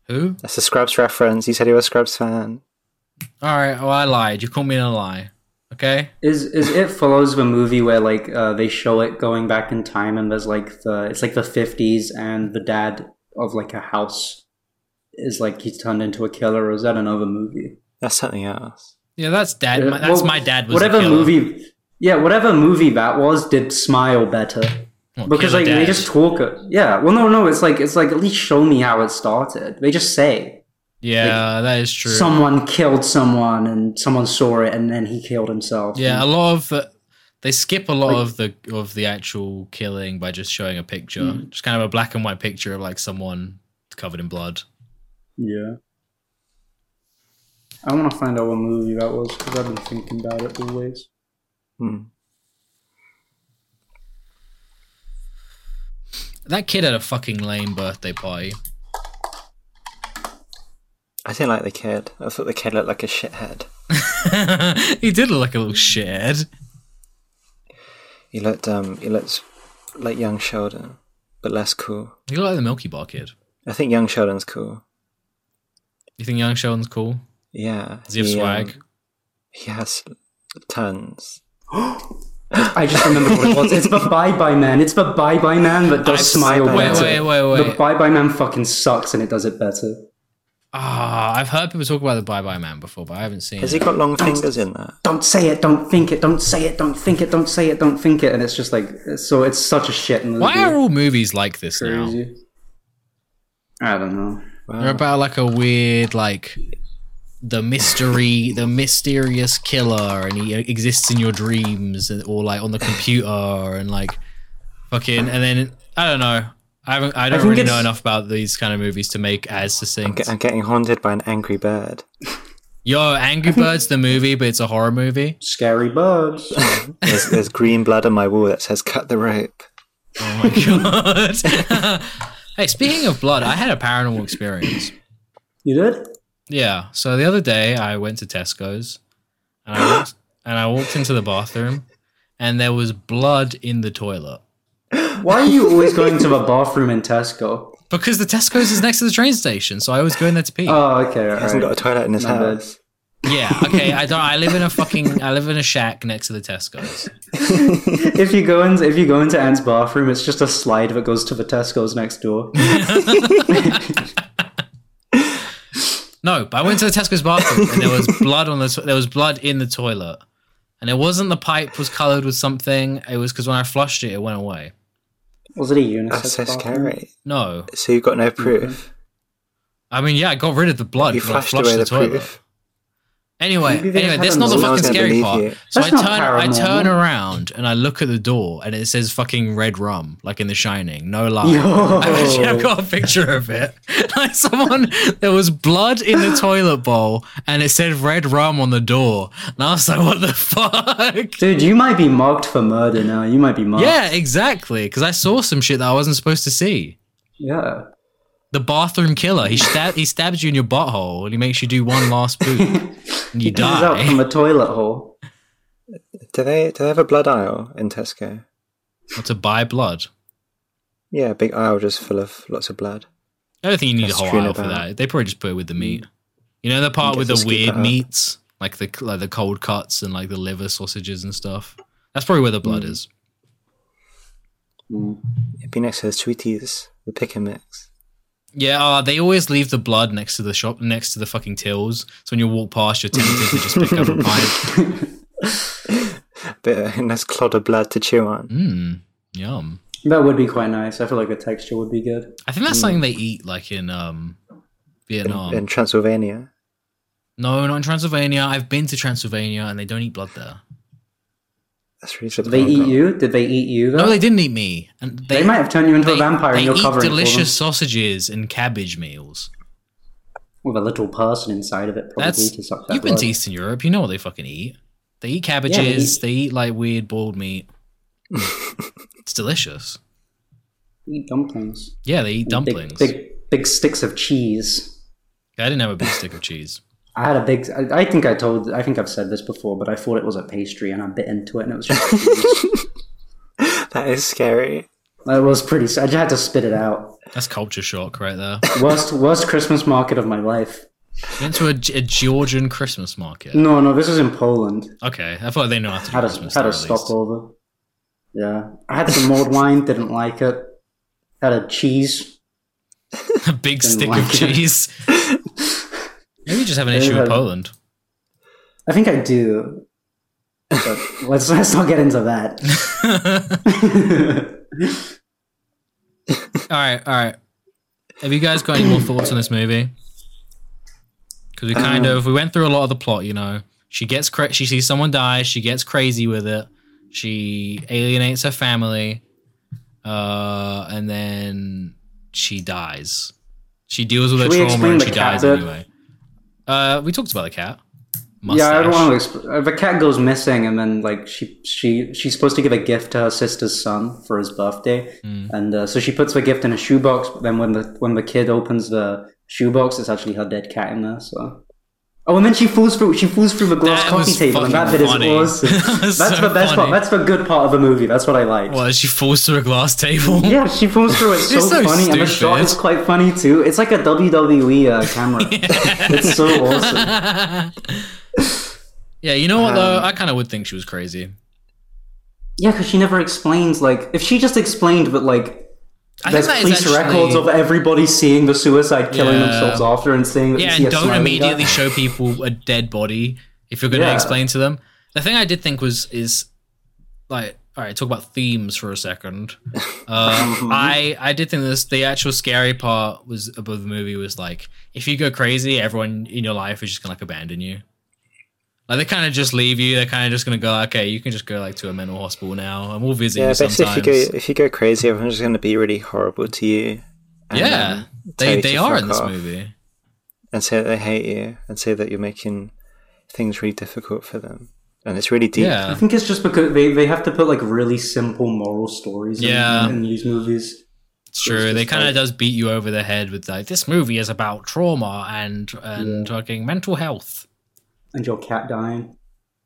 who? That's a Scrubs reference. You said you were a Scrubs fan. All right. Well, I lied. You caught me in a lie. Okay. Is is it follows the movie where like uh, they show it going back in time and there's like the it's like the fifties and the dad of like a house is like he's turned into a killer or is that another movie? That's something else. Yeah, that's dad. Uh, my, that's well, my dad was whatever a killer. movie. Yeah, whatever movie that was did smile better What, because killer like they dad? just talk. it- Yeah, well no no it's like it's like at least show me how it started. They just say yeah, that is true. someone killed someone and someone saw it and then he killed himself. yeah, a Mm. And- lot of the, they skip a lot Like- of the of the actual killing by just showing a picture, Mm. just kind of a black and white picture of like someone covered in blood. Yeah. I want to find out what movie that was because I've been thinking about it always. Hmm. That kid had a fucking lame birthday party. I didn't like the kid. I thought the kid looked like a shithead. he did look like a little shithead. He looked um he looked like young Sheldon, but less cool. He looked like the Milky Bar kid. I think young Sheldon's cool. You think Young Sheldon's cool? Yeah. Does he have um, swag? he has tons. I just remembered what it was. It's the Bye Bye Man. It's the Bye Bye Man that does I've- smile wait, wait, better. wait, wait, The wait. Bye Bye Man fucking sucks and it does it better. Ah, I've heard people talk about the Bye Bye Man before, but I haven't seen. Has it. he got long fingers in that? Don't say it. Don't think it. Don't say it. Don't think it. Don't say it. Don't think it. And it's just like so. It's such a shit movie. Why are all movies like this now? crazy? I don't know. They're Wow. Uh-huh. about like a weird like the mystery, the mysterious killer, and he exists in your dreams, and- or like on the computer, and like fucking, and then I don't know. I haven't, I don't think really know it's- enough about these kind of movies to make as I'm, succinct. get, I'm getting haunted by an angry bird. Yo, Angry Birds the movie, but it's a horror movie. Scary birds. There's, there's green blood on my wall that says "cut the rope." Oh my god. hey, speaking of blood, I had a paranormal experience. you did? Yeah. So the other day, I went to Tesco's, and I walked, and I walked into the bathroom, and there was blood in the toilet Why are you always going to the bathroom in Tesco? because the Tesco's is next to the train station, so I always go in there to pee. Oh, okay. All He hasn't got a right. toilet in his My bad. house. yeah. Okay. I don't. I live in a fucking. I live in a shack next to the Tesco's. if you go into if you go into Ant's bathroom, it's just a slide that goes to the Tesco's next door. No, but I went to the Tesco's bathroom and there was blood on the to- there was blood in the toilet, and it wasn't the pipe was covered with something. It was because when I flushed it, it went away. Was it a unisex That's so bathroom? scary. No, So you've got no proof. I mean yeah, I got rid of the blood. You but I flushed away the, toilet. proof. Anyway, Maybe they anyway, had that's a not the noise. No fucking one's gonna scary believe part. you. So I That's not turn, I paranormal. turn around and I look at the door, and it says fucking red rum, like in The Shining. No lie. I've actually I've Yo. got a picture of it. Like someone, there was blood in the toilet bowl, and it said red rum on the door, and I was like, "What the fuck?" Dude, you might be marked for murder now. You might be marked. Yeah, exactly. Because I saw some shit that I wasn't supposed to see. Yeah. The bathroom killer. He stab- he stabs you in your butthole, and he makes you do one last poop, and you Comes out from die. a toilet hole. Do they do they have a blood aisle in Tesco? Or to buy blood. Yeah, a big aisle just full of lots of blood. I don't think you need That's a whole true aisle for about- that. They probably just put it with the meat. You know the part guess with the just keep it weird up. meats, like the like the cold cuts and like the liver sausages and stuff. That's probably where the Hmm. blood is. It'd be next to the sweeties, the pick and mix. Yeah, uh, they always leave the blood next to the shop, next to the fucking tills. So when you walk past, you're tempted to just pick up a pint. A bit of a nice clod of blood to chew on. Mmm, yum. That would be quite nice. I feel like the texture would be good. I think that's something they eat like in um Vietnam. In Transylvania. no, not in Transylvania. I've been to Transylvania and they don't eat blood there. That's really good. Did they eat you? Did they eat you? Though? No, they didn't eat me. And they, They might have turned you into they- a vampire they and you're eat covering delicious for sausages and cabbage meals. them. with a little person inside of it. Probably That's to suck that you've been to blood. Eastern Europe. You know what they fucking eat. They eat cabbages. they, eat, like weird boiled meat. it's delicious. Eat dumplings. Yeah, they eat Big- dumplings. Big, big sticks of cheese. I didn't have a big stick of cheese. I had a big. I, I think I told. I think I've said this before, but I thought it was a pastry, and I bit into it, and it was just. That is scary. it was pretty. I just had to spit it out. That's culture shock right there. Worst worst Christmas market of my life. Went to a, a Georgian Christmas market. No, no, this is in Poland. Okay, I thought they know how to do Had a Christmas. had there, a at least. stopover. Yeah, I had some mulled wine. Didn't like it. Had a cheese. a big stick of like it. cheese. Maybe you just have an issue with had- Poland. I think I do. But let's let's not get into that. All right, all right. Have you guys got any more thoughts on this movie? Because Um, we kind of we went through a lot of the plot. You know, she gets cra- she sees someone die. She gets crazy with it. She alienates her family, uh, and then she dies. She deals with Should we her trauma explain and the she cat dies bit? anyway. Uh, we talked about the cat. Yeah, I don't Mustache. want to. Exp- the cat goes missing, and then like she she she's supposed to give a gift to her sister's son for his birthday, Mm. and uh, so she puts the gift in a shoebox. But then when the when the kid opens the shoebox, it's actually her dead cat in there. So. Oh, and then she falls through. She falls through the glass That coffee was table, and that fucking bit funny. is awesome. That was That's so the best funny. part. That's the good part of the movie. That's what I like. Well, she falls through a glass table. Yeah, she falls through. It's so, It's so funny, and the shot stupid. is quite funny too. It's like a WWE uh, camera. It's so awesome. Yeah, you know what though? I kind of would think she was crazy. Yeah, because she never explains. Like, if she just explained, but like I There's think that police is actually, records of everybody seeing the suicide killing Yeah. themselves after and saying that yeah, you see and a don't smiling immediately guy. show people a dead body if you're going to Yeah. explain to them. The thing I did think was is like all right, talk about themes for a second. Uh, I I did think this the actual scary part was above the movie was like if you go crazy, everyone in your life is just gonna like abandon you. Like they kind of just leave you. They're kind of just gonna go, okay, you can just go like to a mental hospital now, and we'll visit Yeah, you basically, if sometimes. you go if you go crazy, everyone's just going to be really horrible to you. and, yeah, um, tell they you to they are fuck in this off. movie. and say that they hate you and say that you're making things really difficult for them. And it's really deep. I Yeah. think it's just because they, they have to put like really simple moral stories in, Yeah. in these movies. It's true. It's They just kind of like- does beat you over the head with like this movie is about trauma and and fucking mental health. And your cat dying.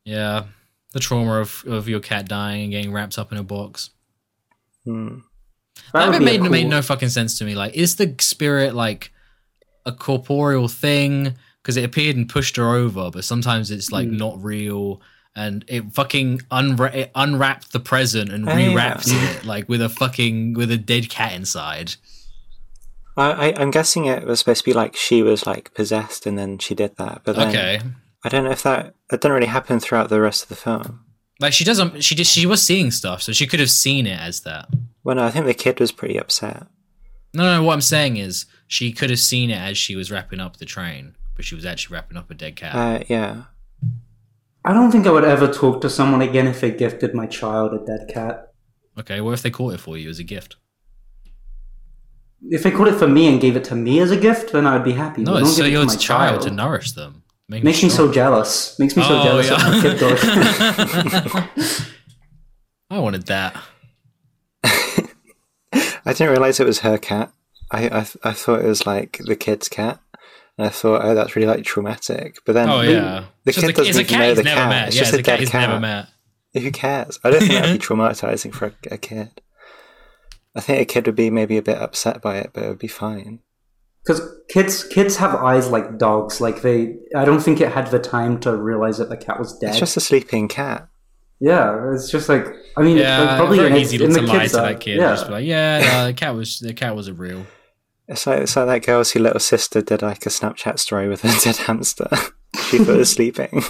Yeah, the trauma of of your cat dying and getting wrapped up in a box. Mm. That, would bit be a made made cool- no fucking sense to me. Like, is the spirit like a corporeal thing? Because it appeared and pushed her over, but sometimes it's like Mm. not real. And it fucking unwra- it unwrapped the present and Oh, yeah. rewrapped it like with a fucking with a dead cat inside. I, I, I'm guessing it was supposed to be like she was like possessed and then she did that. But then Okay, I don't know if that that didn't really happen throughout the rest of the film. like she doesn't. She just she was seeing stuff, so she could have seen it as that. Well, no, I think the kid was pretty upset. No, no. What I'm saying is she could have seen it as she was wrapping up the train, but she was actually wrapping up a dead cat. Uh, yeah. I don't think I would ever talk to someone again if they gifted my child a dead cat. okay, what if they caught it for you as a gift? If they caught it for me and gave it to me as a gift, then I would be happy. No, but it's don't so give it to your my child, to nourish them. Make Makes me so jealous. Makes me Oh, so jealous that my kid got it. I wanted that. I didn't realize it was her cat. I, I th- I thought it was like the kid's cat, and I thought, oh, that's really like traumatic. But then, Oh yeah, The It's just kid a- doesn't it's a even cat know he's the never cat. met. It's Yeah, just it's a a cat dead he's never cat. met. who cares? I don't think that'd be traumatizing for a, a kid. I think a kid would be maybe a bit upset by it, but it would be fine. Because kids, kids have eyes like dogs. Like they, I don't think it had the time to realize that the cat was dead. It's just a sleeping cat. yeah, it's just like I mean, Yeah, like, probably very in, easy in to the lie kids' to eye, that kid. Yeah, Just be like, yeah, no, the cat was the cat wasn't real. It's like it's like that girl's who little sister did like a Snapchat story with a dead hamster. she thought it was sleeping.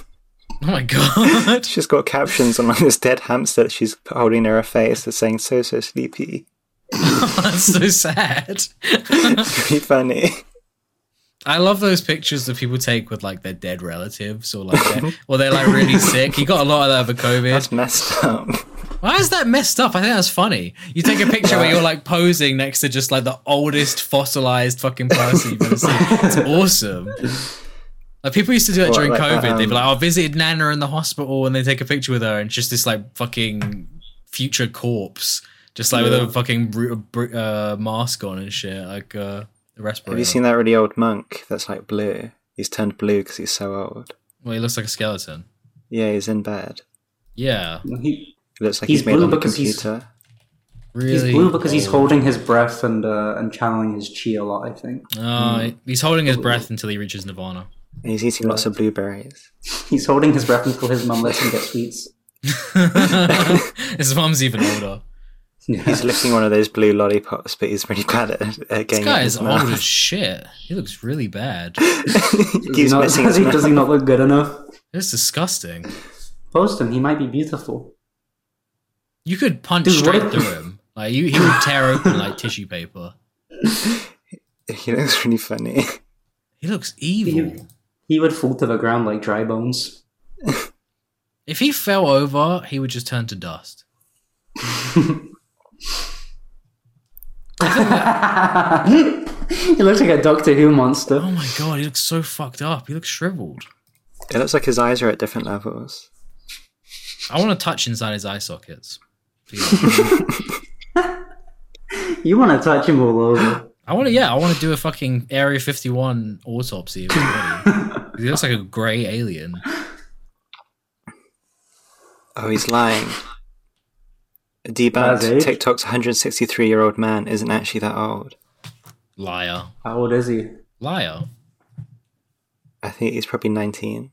Oh my god. She's got captions on like this dead hamster that she's holding near her face that's saying so so sleepy. That's so sad. It's really funny. I love those pictures that people take with like their dead relatives or like their, or they're like really sick. You got a lot of that over COVID. It's messed up. Why is that messed up? I think that's funny. You take a picture where you're like posing next to just like the oldest fossilized fucking person you've ever seen. It's awesome. Like people used to do that Or, during like, COVID. They'd be um, like, oh, "I visited Nana in the hospital," and they take a picture with her, and it's just this like fucking future corpse, just like with a fucking br- br- uh, mask on and shit, like uh, the respirator. Have you seen that really old monk that's like blue? He's turned blue because he's so old. Well, he looks like a skeleton. Yeah, he's in bed. Yeah, He- It looks like He's he's, made blue on the because he's- computer. really. he's blue because he's old. holding his breath and uh, and channeling his chi a lot. I think Oh, he's holding his breath until he reaches nirvana. And he's eating lots of blueberries. he's holding his breath until his mum lets him get sweets. his mum's even older. Yeah. He's licking one of those blue lollipops, but he's really bad at, at getting This it in guy his is old mouth. as shit. He looks really bad. he Does he, keeps not, missing does, his he, does mouth. he not look good enough? It's disgusting. Post him. He might be beautiful. You could punch Dude, what straight if- through him. Like you, he would tear open like tissue paper. He looks really funny. He looks evil. You- He would fall to the ground like dry bones. If he fell over, he would just turn to dust. he looks like a Doctor Who monster. Oh my god, he looks so fucked up. He looks shriveled. It looks like his eyes are at different levels. I want to touch inside his eye sockets. You want to touch him all over. I want to, yeah, I want to do a fucking Area 51 autopsy of his body. he looks like a grey alien. Oh, he's lying. That's age. Debunked. TikTok's 163 year old man isn't actually that old. Liar. How old is he? Liar. I think he's probably 19.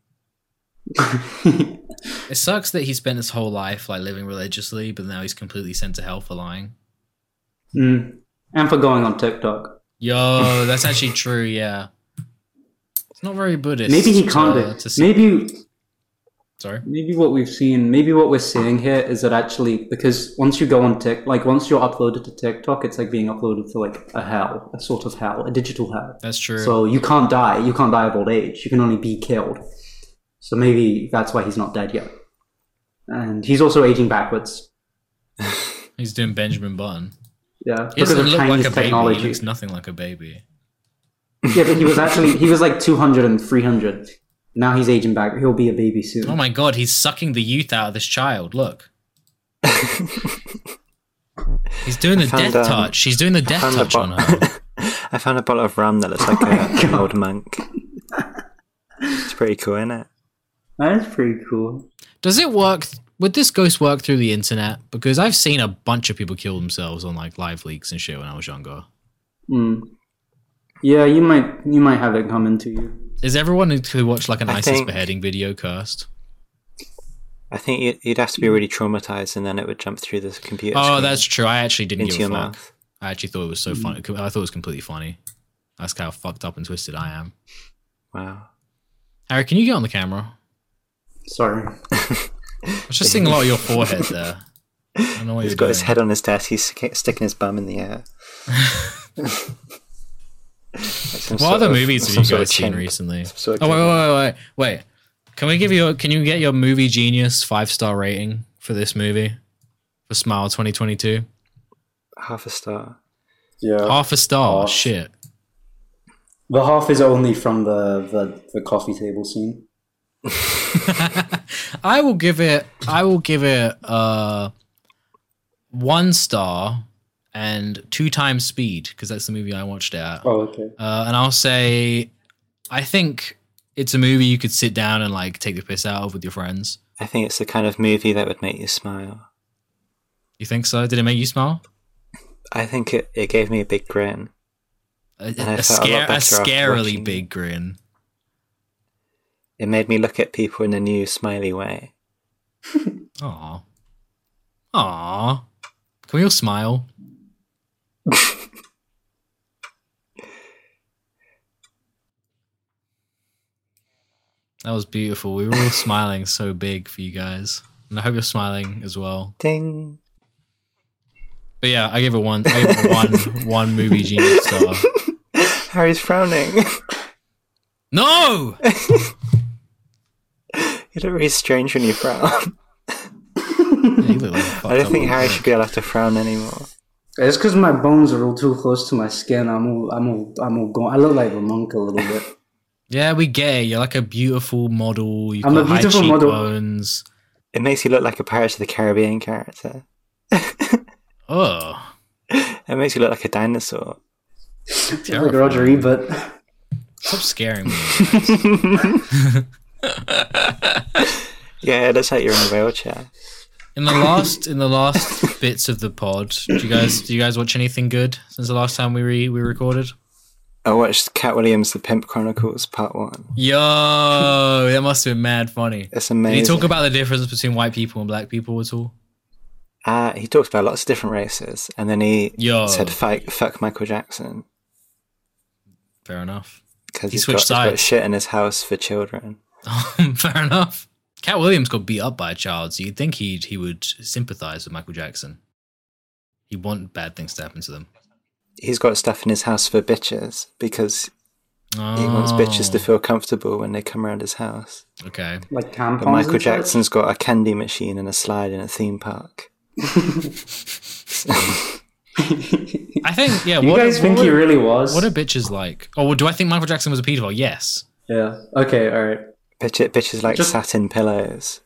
It sucks that he spent his whole life like living religiously, but now he's completely sent to hell for lying. Hmm. Mm. And for going on TikTok. Yo, that's actually true. Yeah, it's uh, not very Buddhist. Maybe he to- can't to do. see- Maybe Sorry. maybe what we've seen, maybe what we're seeing here is that actually because once you go on Tik, like once you're uploaded to TikTok, it's like being uploaded to like a hell, a sort of hell, a digital hell. That's true. So you can't die. You can't die of old age. You can only be killed. So maybe that's why he's not dead yet. And he's also aging backwards. he's doing Benjamin Button. Yeah, He doesn't of look like a Chinese baby. He technology. looks nothing like a baby. yeah, but he was actually he was like 200 and 300. Now he's aging back. He'll be a baby soon. Oh my god, he's sucking the youth out of this child. Look. he's doing the found, death um, touch. He's doing the death found a touch on bot- her. I found a bottle of rum that Oh looks like a, an old monk. It's pretty cool, isn't it? That is pretty cool. Does it work? Would this ghost work through the internet? Because I've seen a bunch of people kill themselves on like live leaks and shit when I was younger. Mm. Yeah, you might you might have it coming to you. Is everyone who- who watched like an I ISIS think- beheading video cursed? I think you- you'd have to be really traumatized, and then it would jump through this computer. Mm. Oh, screen that's true. I actually didn't into give a your fuck. mouth. Mm. I actually thought it was so funny. I thought it was completely funny. That's how fucked up and twisted I am. Wow. Harry, can you get on the camera? Sorry. I was just seeing a lot of your forehead there. I don't know what He's you're got doing. his head on his desk. He's sti- sticking his bum in the air. What other movies have you guys seen recently? sort of oh wait, wait, wait, wait, wait. Can we give you? Can you get your movie genius five star rating for this movie for Smile 2022? Half a star. Yeah. Half a star. half. Shit. The half is only from the the, the coffee table scene. I will give it. I will give it uh, one star and two times speed because that's the movie I watched it at. Oh, okay. Uh, and I'll say, I think it's a movie you could sit down and like take the piss out of with your friends. I think it's the kind of movie that would make you smile. You think so? Did it make you smile? I think it, it gave me a big grin. A, I a, felt a lot scare, a better after scarily watching big grin. It made me look at people in a new smiley way. Aw. Aw. Can we all smile? that was beautiful. We were all smiling so big for you guys. And I hope you're smiling as well. Ding. But yeah, I gave it one I gave it one one movie genius star. Harry's frowning. No! you look really strange when you frown. You look like a fucked I don't up think little Harry prick. should be allowed to frown anymore. It's because my bones are all too close to my skin. I'm all I'm all I'm all gone. I look like a monk a little bit. Yeah, we get it. You're like a beautiful model. You've I'm got a high beautiful model. cheekbones. It makes you look like a Pirates of the Caribbean character. Oh. It makes you look like a dinosaur. like Roger Ebert. Stop scaring me. Yeah, it looks like you're in a wheelchair. In the last in the last bits of the pod, do you guys do you guys watch anything good since the last time we re, we recorded? I watched Cat Williams' The Pimp Chronicles Part 1. Yo, that must have been mad funny. It's Did amazing. he talk about the difference between white people and black people at all? Uh, he talked about lots of different races, and then he Yo. said, "Fuck, fuck Michael Jackson," Fair enough. because He he's got, switched he's got sides. shit in his house for children. Fair enough. Cat Williams got beat up by a child, so you'd think he he would sympathize with Michael Jackson. He'd want bad things to happen to them. He's got stuff in his house for bitches because Oh, he wants bitches to feel comfortable when they come around his house. Oh, Okay. Like But tampons. Michael and such. Jackson's got a candy machine and a slide in a theme park. I think yeah. You what, guys what think he are- really was? What are bitches like? Oh, well, do I think Michael Jackson was a pedophile? Yes. yeah. Okay. All right. Bitch, bitches like Just- satin pillows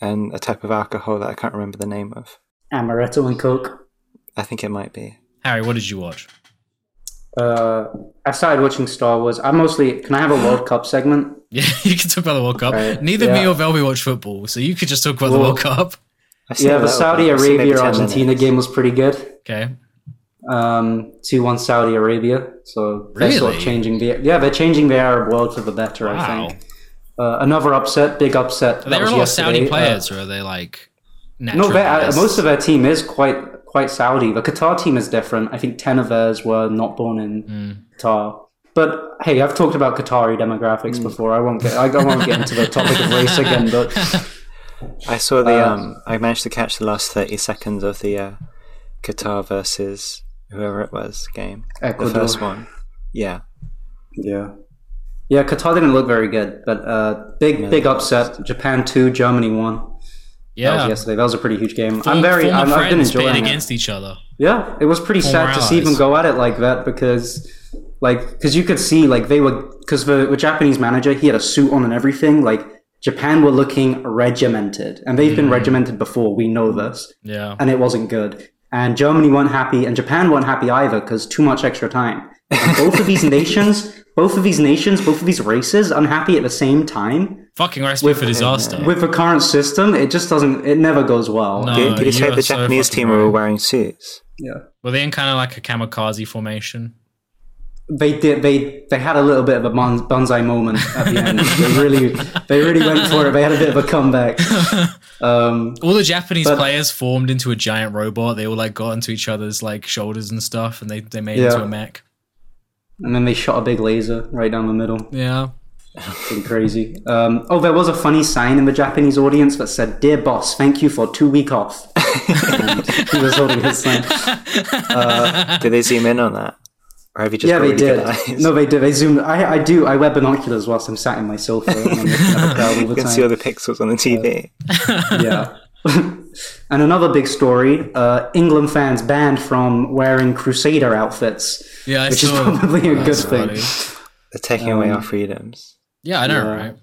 and a type of alcohol that I can't remember the name of. Amaretto and Coke. I think it might be. Harry, what did you watch? Uh, I started watching Star Wars. I mostly can I have a World Cup segment? Yeah, you can talk about the World Cup. Right, Neither me yeah. or Velby watch football, so you could just talk about the Well- World Cup. I've seen Yeah, a the little Saudi bit, I've seen maybe Arabia 10 Argentina minutes. game was pretty good. Okay. Um, two one Saudi Arabia. So they're sort of Really? changing the yeah they're changing the Arab world for the better. I Wow. think. Uh, another upset, big upset. that Are there a was lot of yesterday. Saudi Uh, players, or are they like natural? No, their- uh, players? most of their team is quite quite Saudi. The Qatar team is different. I think ten of theirs were not born in Mm. Qatar. But hey, I've talked about Qatari demographics before. I won't get I won't get into the topic of race again. But I saw the. Uh, um, I managed to catch the last thirty seconds of the uh, Qatar versus whoever it was game. The Ecuador, first one. Yeah, yeah, yeah. Qatar didn't look very good, but uh, big big upset. Japan two, Germany one. That was yeah, yesterday. That was a pretty huge game. Form- I'm very. former I'm, I've been friends pit enjoying it. against each other. Yeah, it was pretty Former sad to see allies. them go at it like that because like because you could see like they were because the, the Japanese manager he had a suit on and everything. Like Japan were looking regimented, and they've been Hmm. regimented before. We know this, Yeah. and it wasn't good. And Germany weren't happy, and Japan weren't happy either because too much extra time. And both of these nations, both of these nations, both of these races, unhappy at the same time Fucking recipe for disaster. with the current system. It just doesn't. It never goes well. No. Did, did you Uh, you say are the so Japanese fucking team were all wearing suits? Yeah. Were they in kind of like a kamikaze formation? they did they they had a little bit of a bon- bonsai moment at the end they really they really went for it they had a bit of a comeback um All the Japanese But- players formed into a giant robot. They all like got into each other's like shoulders and stuff, and they they made Yeah. into a mech. and then they shot a big laser right down the middle Yeah. pretty crazy um oh there was a funny sign in the japanese audience that said dear boss thank you for two week off and he was holding his sign Ah. Did they zoom in on that? Or have you just yeah got they really did good eyes? no they did they zoomed i i do i wear binoculars whilst i'm sat in my sofa and I'm looking at the crowd all the you can time. Uh, see all the pixels on the TV. yeah. and another big story: uh, England fans banned from wearing Crusader outfits, Yeah, I which is saw. probably a good That's thing. funny. They're taking away Um, our freedoms. Yeah, I know, Yeah. right?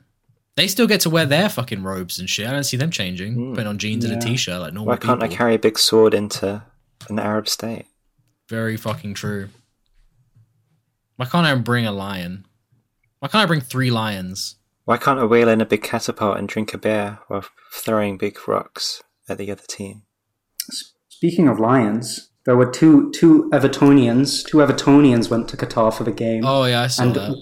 They still get to wear their fucking robes and shit. I don't see them changing. Putting on jeans and a t-shirt like normal Why can't I people. carry a big sword into an Arab state? Very fucking true. Why can't I bring a lion? Why can't I bring three lions? Why can't I wheel in a big catapult and drink a beer while throwing big rocks at the other team? Speaking of lions, there were two two Evertonians. Two Evertonians went to Qatar for the game. Oh yeah, I saw and that.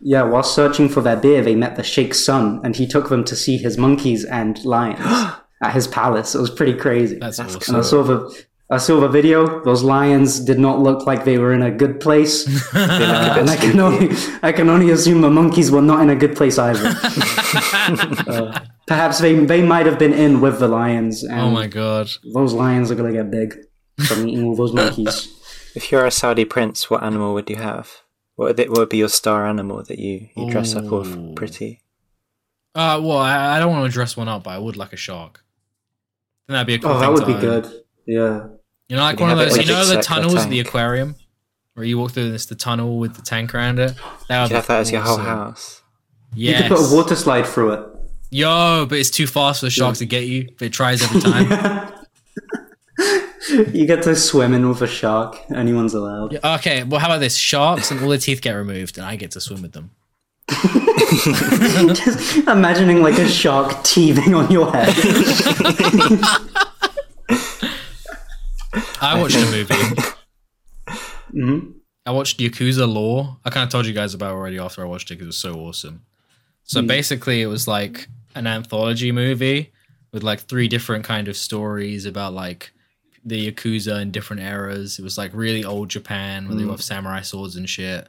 yeah, while searching for their beer, they met the Sheikh's son, and he took them to see his monkeys and lions at his palace. It was pretty crazy. That's, That's awesome. and I saw the I saw the video. Those lions did not look like they were in a good place. They look a bit Uh, And I can sleepy. only I can only assume the monkeys were not in a good place either. Uh, perhaps they they might have been in with the lions, and Oh my god. those lions are gonna get big from eating all those monkeys. If you're a Saudi prince, what animal would you have? What would, it, what would be your star animal that you, you dress up all f- Ooh. pretty? Uh, well, I, I don't want to dress one up, but I would like a shark. Then that'd be a cool Oh, thing that would to be own. good. Yeah, You know, like You one of have it those. You like know the exact tunnels at the tank. aquarium, where you walk through this the tunnel with the tank around it. That would be You'd have that as your whole awesome. house. you Yes. could put a water slide through it. Yo, but it's too fast for the shark to get you. But it tries every time. You get to swim in with a shark. Anyone's allowed. Okay, well, how about this? Sharks and all their teeth get removed, and I get to swim with them. Just imagining like a shark teething on your head. I watched a movie. I watched Yakuza Law. I kind of told you guys about it already after I watched it because it was so awesome. So basically, it was like an anthology movie with like three different kind of stories about like the Yakuza in different eras. It was like really old Japan where they were samurai swords and shit.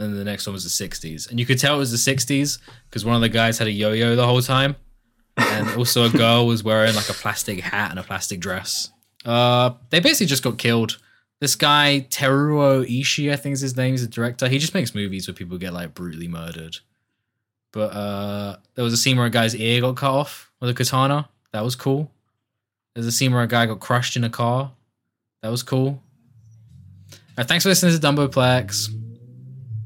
And the next one was the 60s. And you could tell it was the 60s because one of the guys had a yo yo the whole time. And also, a girl was wearing like a plastic hat and a plastic dress. Uh, they basically just got killed. This guy Teruo Ishii, I think is his name, is a director. He just makes movies where people get like brutally murdered. But uh, there was a scene where a guy's ear got cut off with a katana. That was cool. There's a scene where a guy got crushed in a car. That was cool. Uh, thanks for listening to Dumboplex.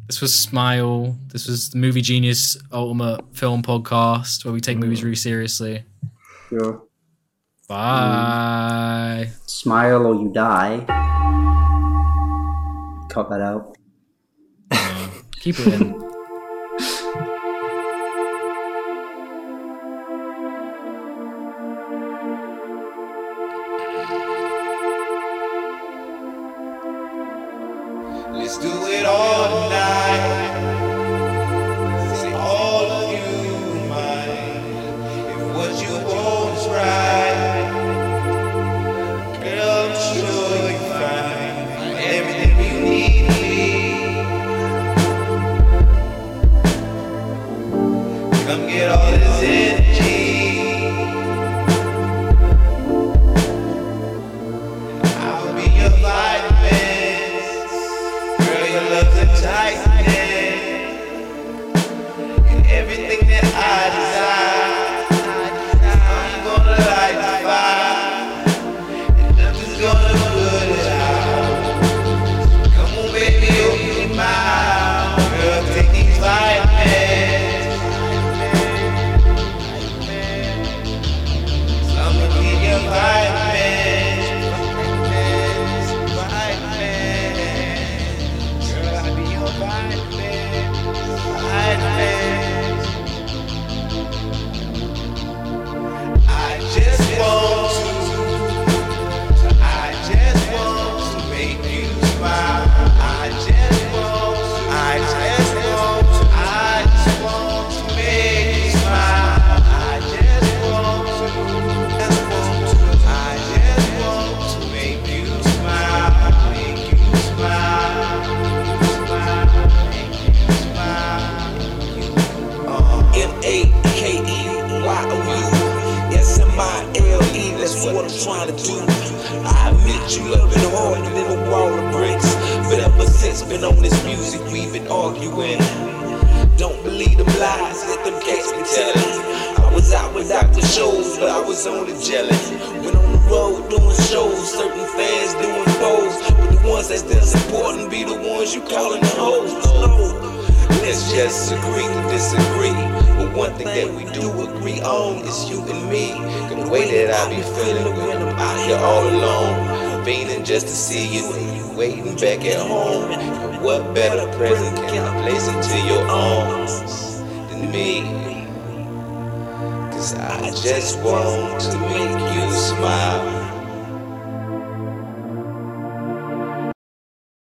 This was Smile. This was the Movie Genius Ultimate Film Podcast, where we take movies really seriously. Sure. Bye. Smile or you die. Cut that out. Keep it in. Let's do it all night. Say all of you and mine. If what you want is right, girl, I'm sure you find everything you need. E E, trying to do. I admit you loving harder than a wall of bricks. But ever since been on this music, we've been arguing. Don't believe them lies that them cats be telling. I was out without the shows, but I was only jealous. Went on the road doing shows, certain fans doing foes. But the ones that still supporting be the ones you calling hoes. No. Let's just agree to disagree. But one thing that we do agree on is you and me. The way that I be feeling when I'm out here all alone. Fiending just to see you and you waiting back at home. And what better present can I place into your arms than me? Cause I just want to make you smile.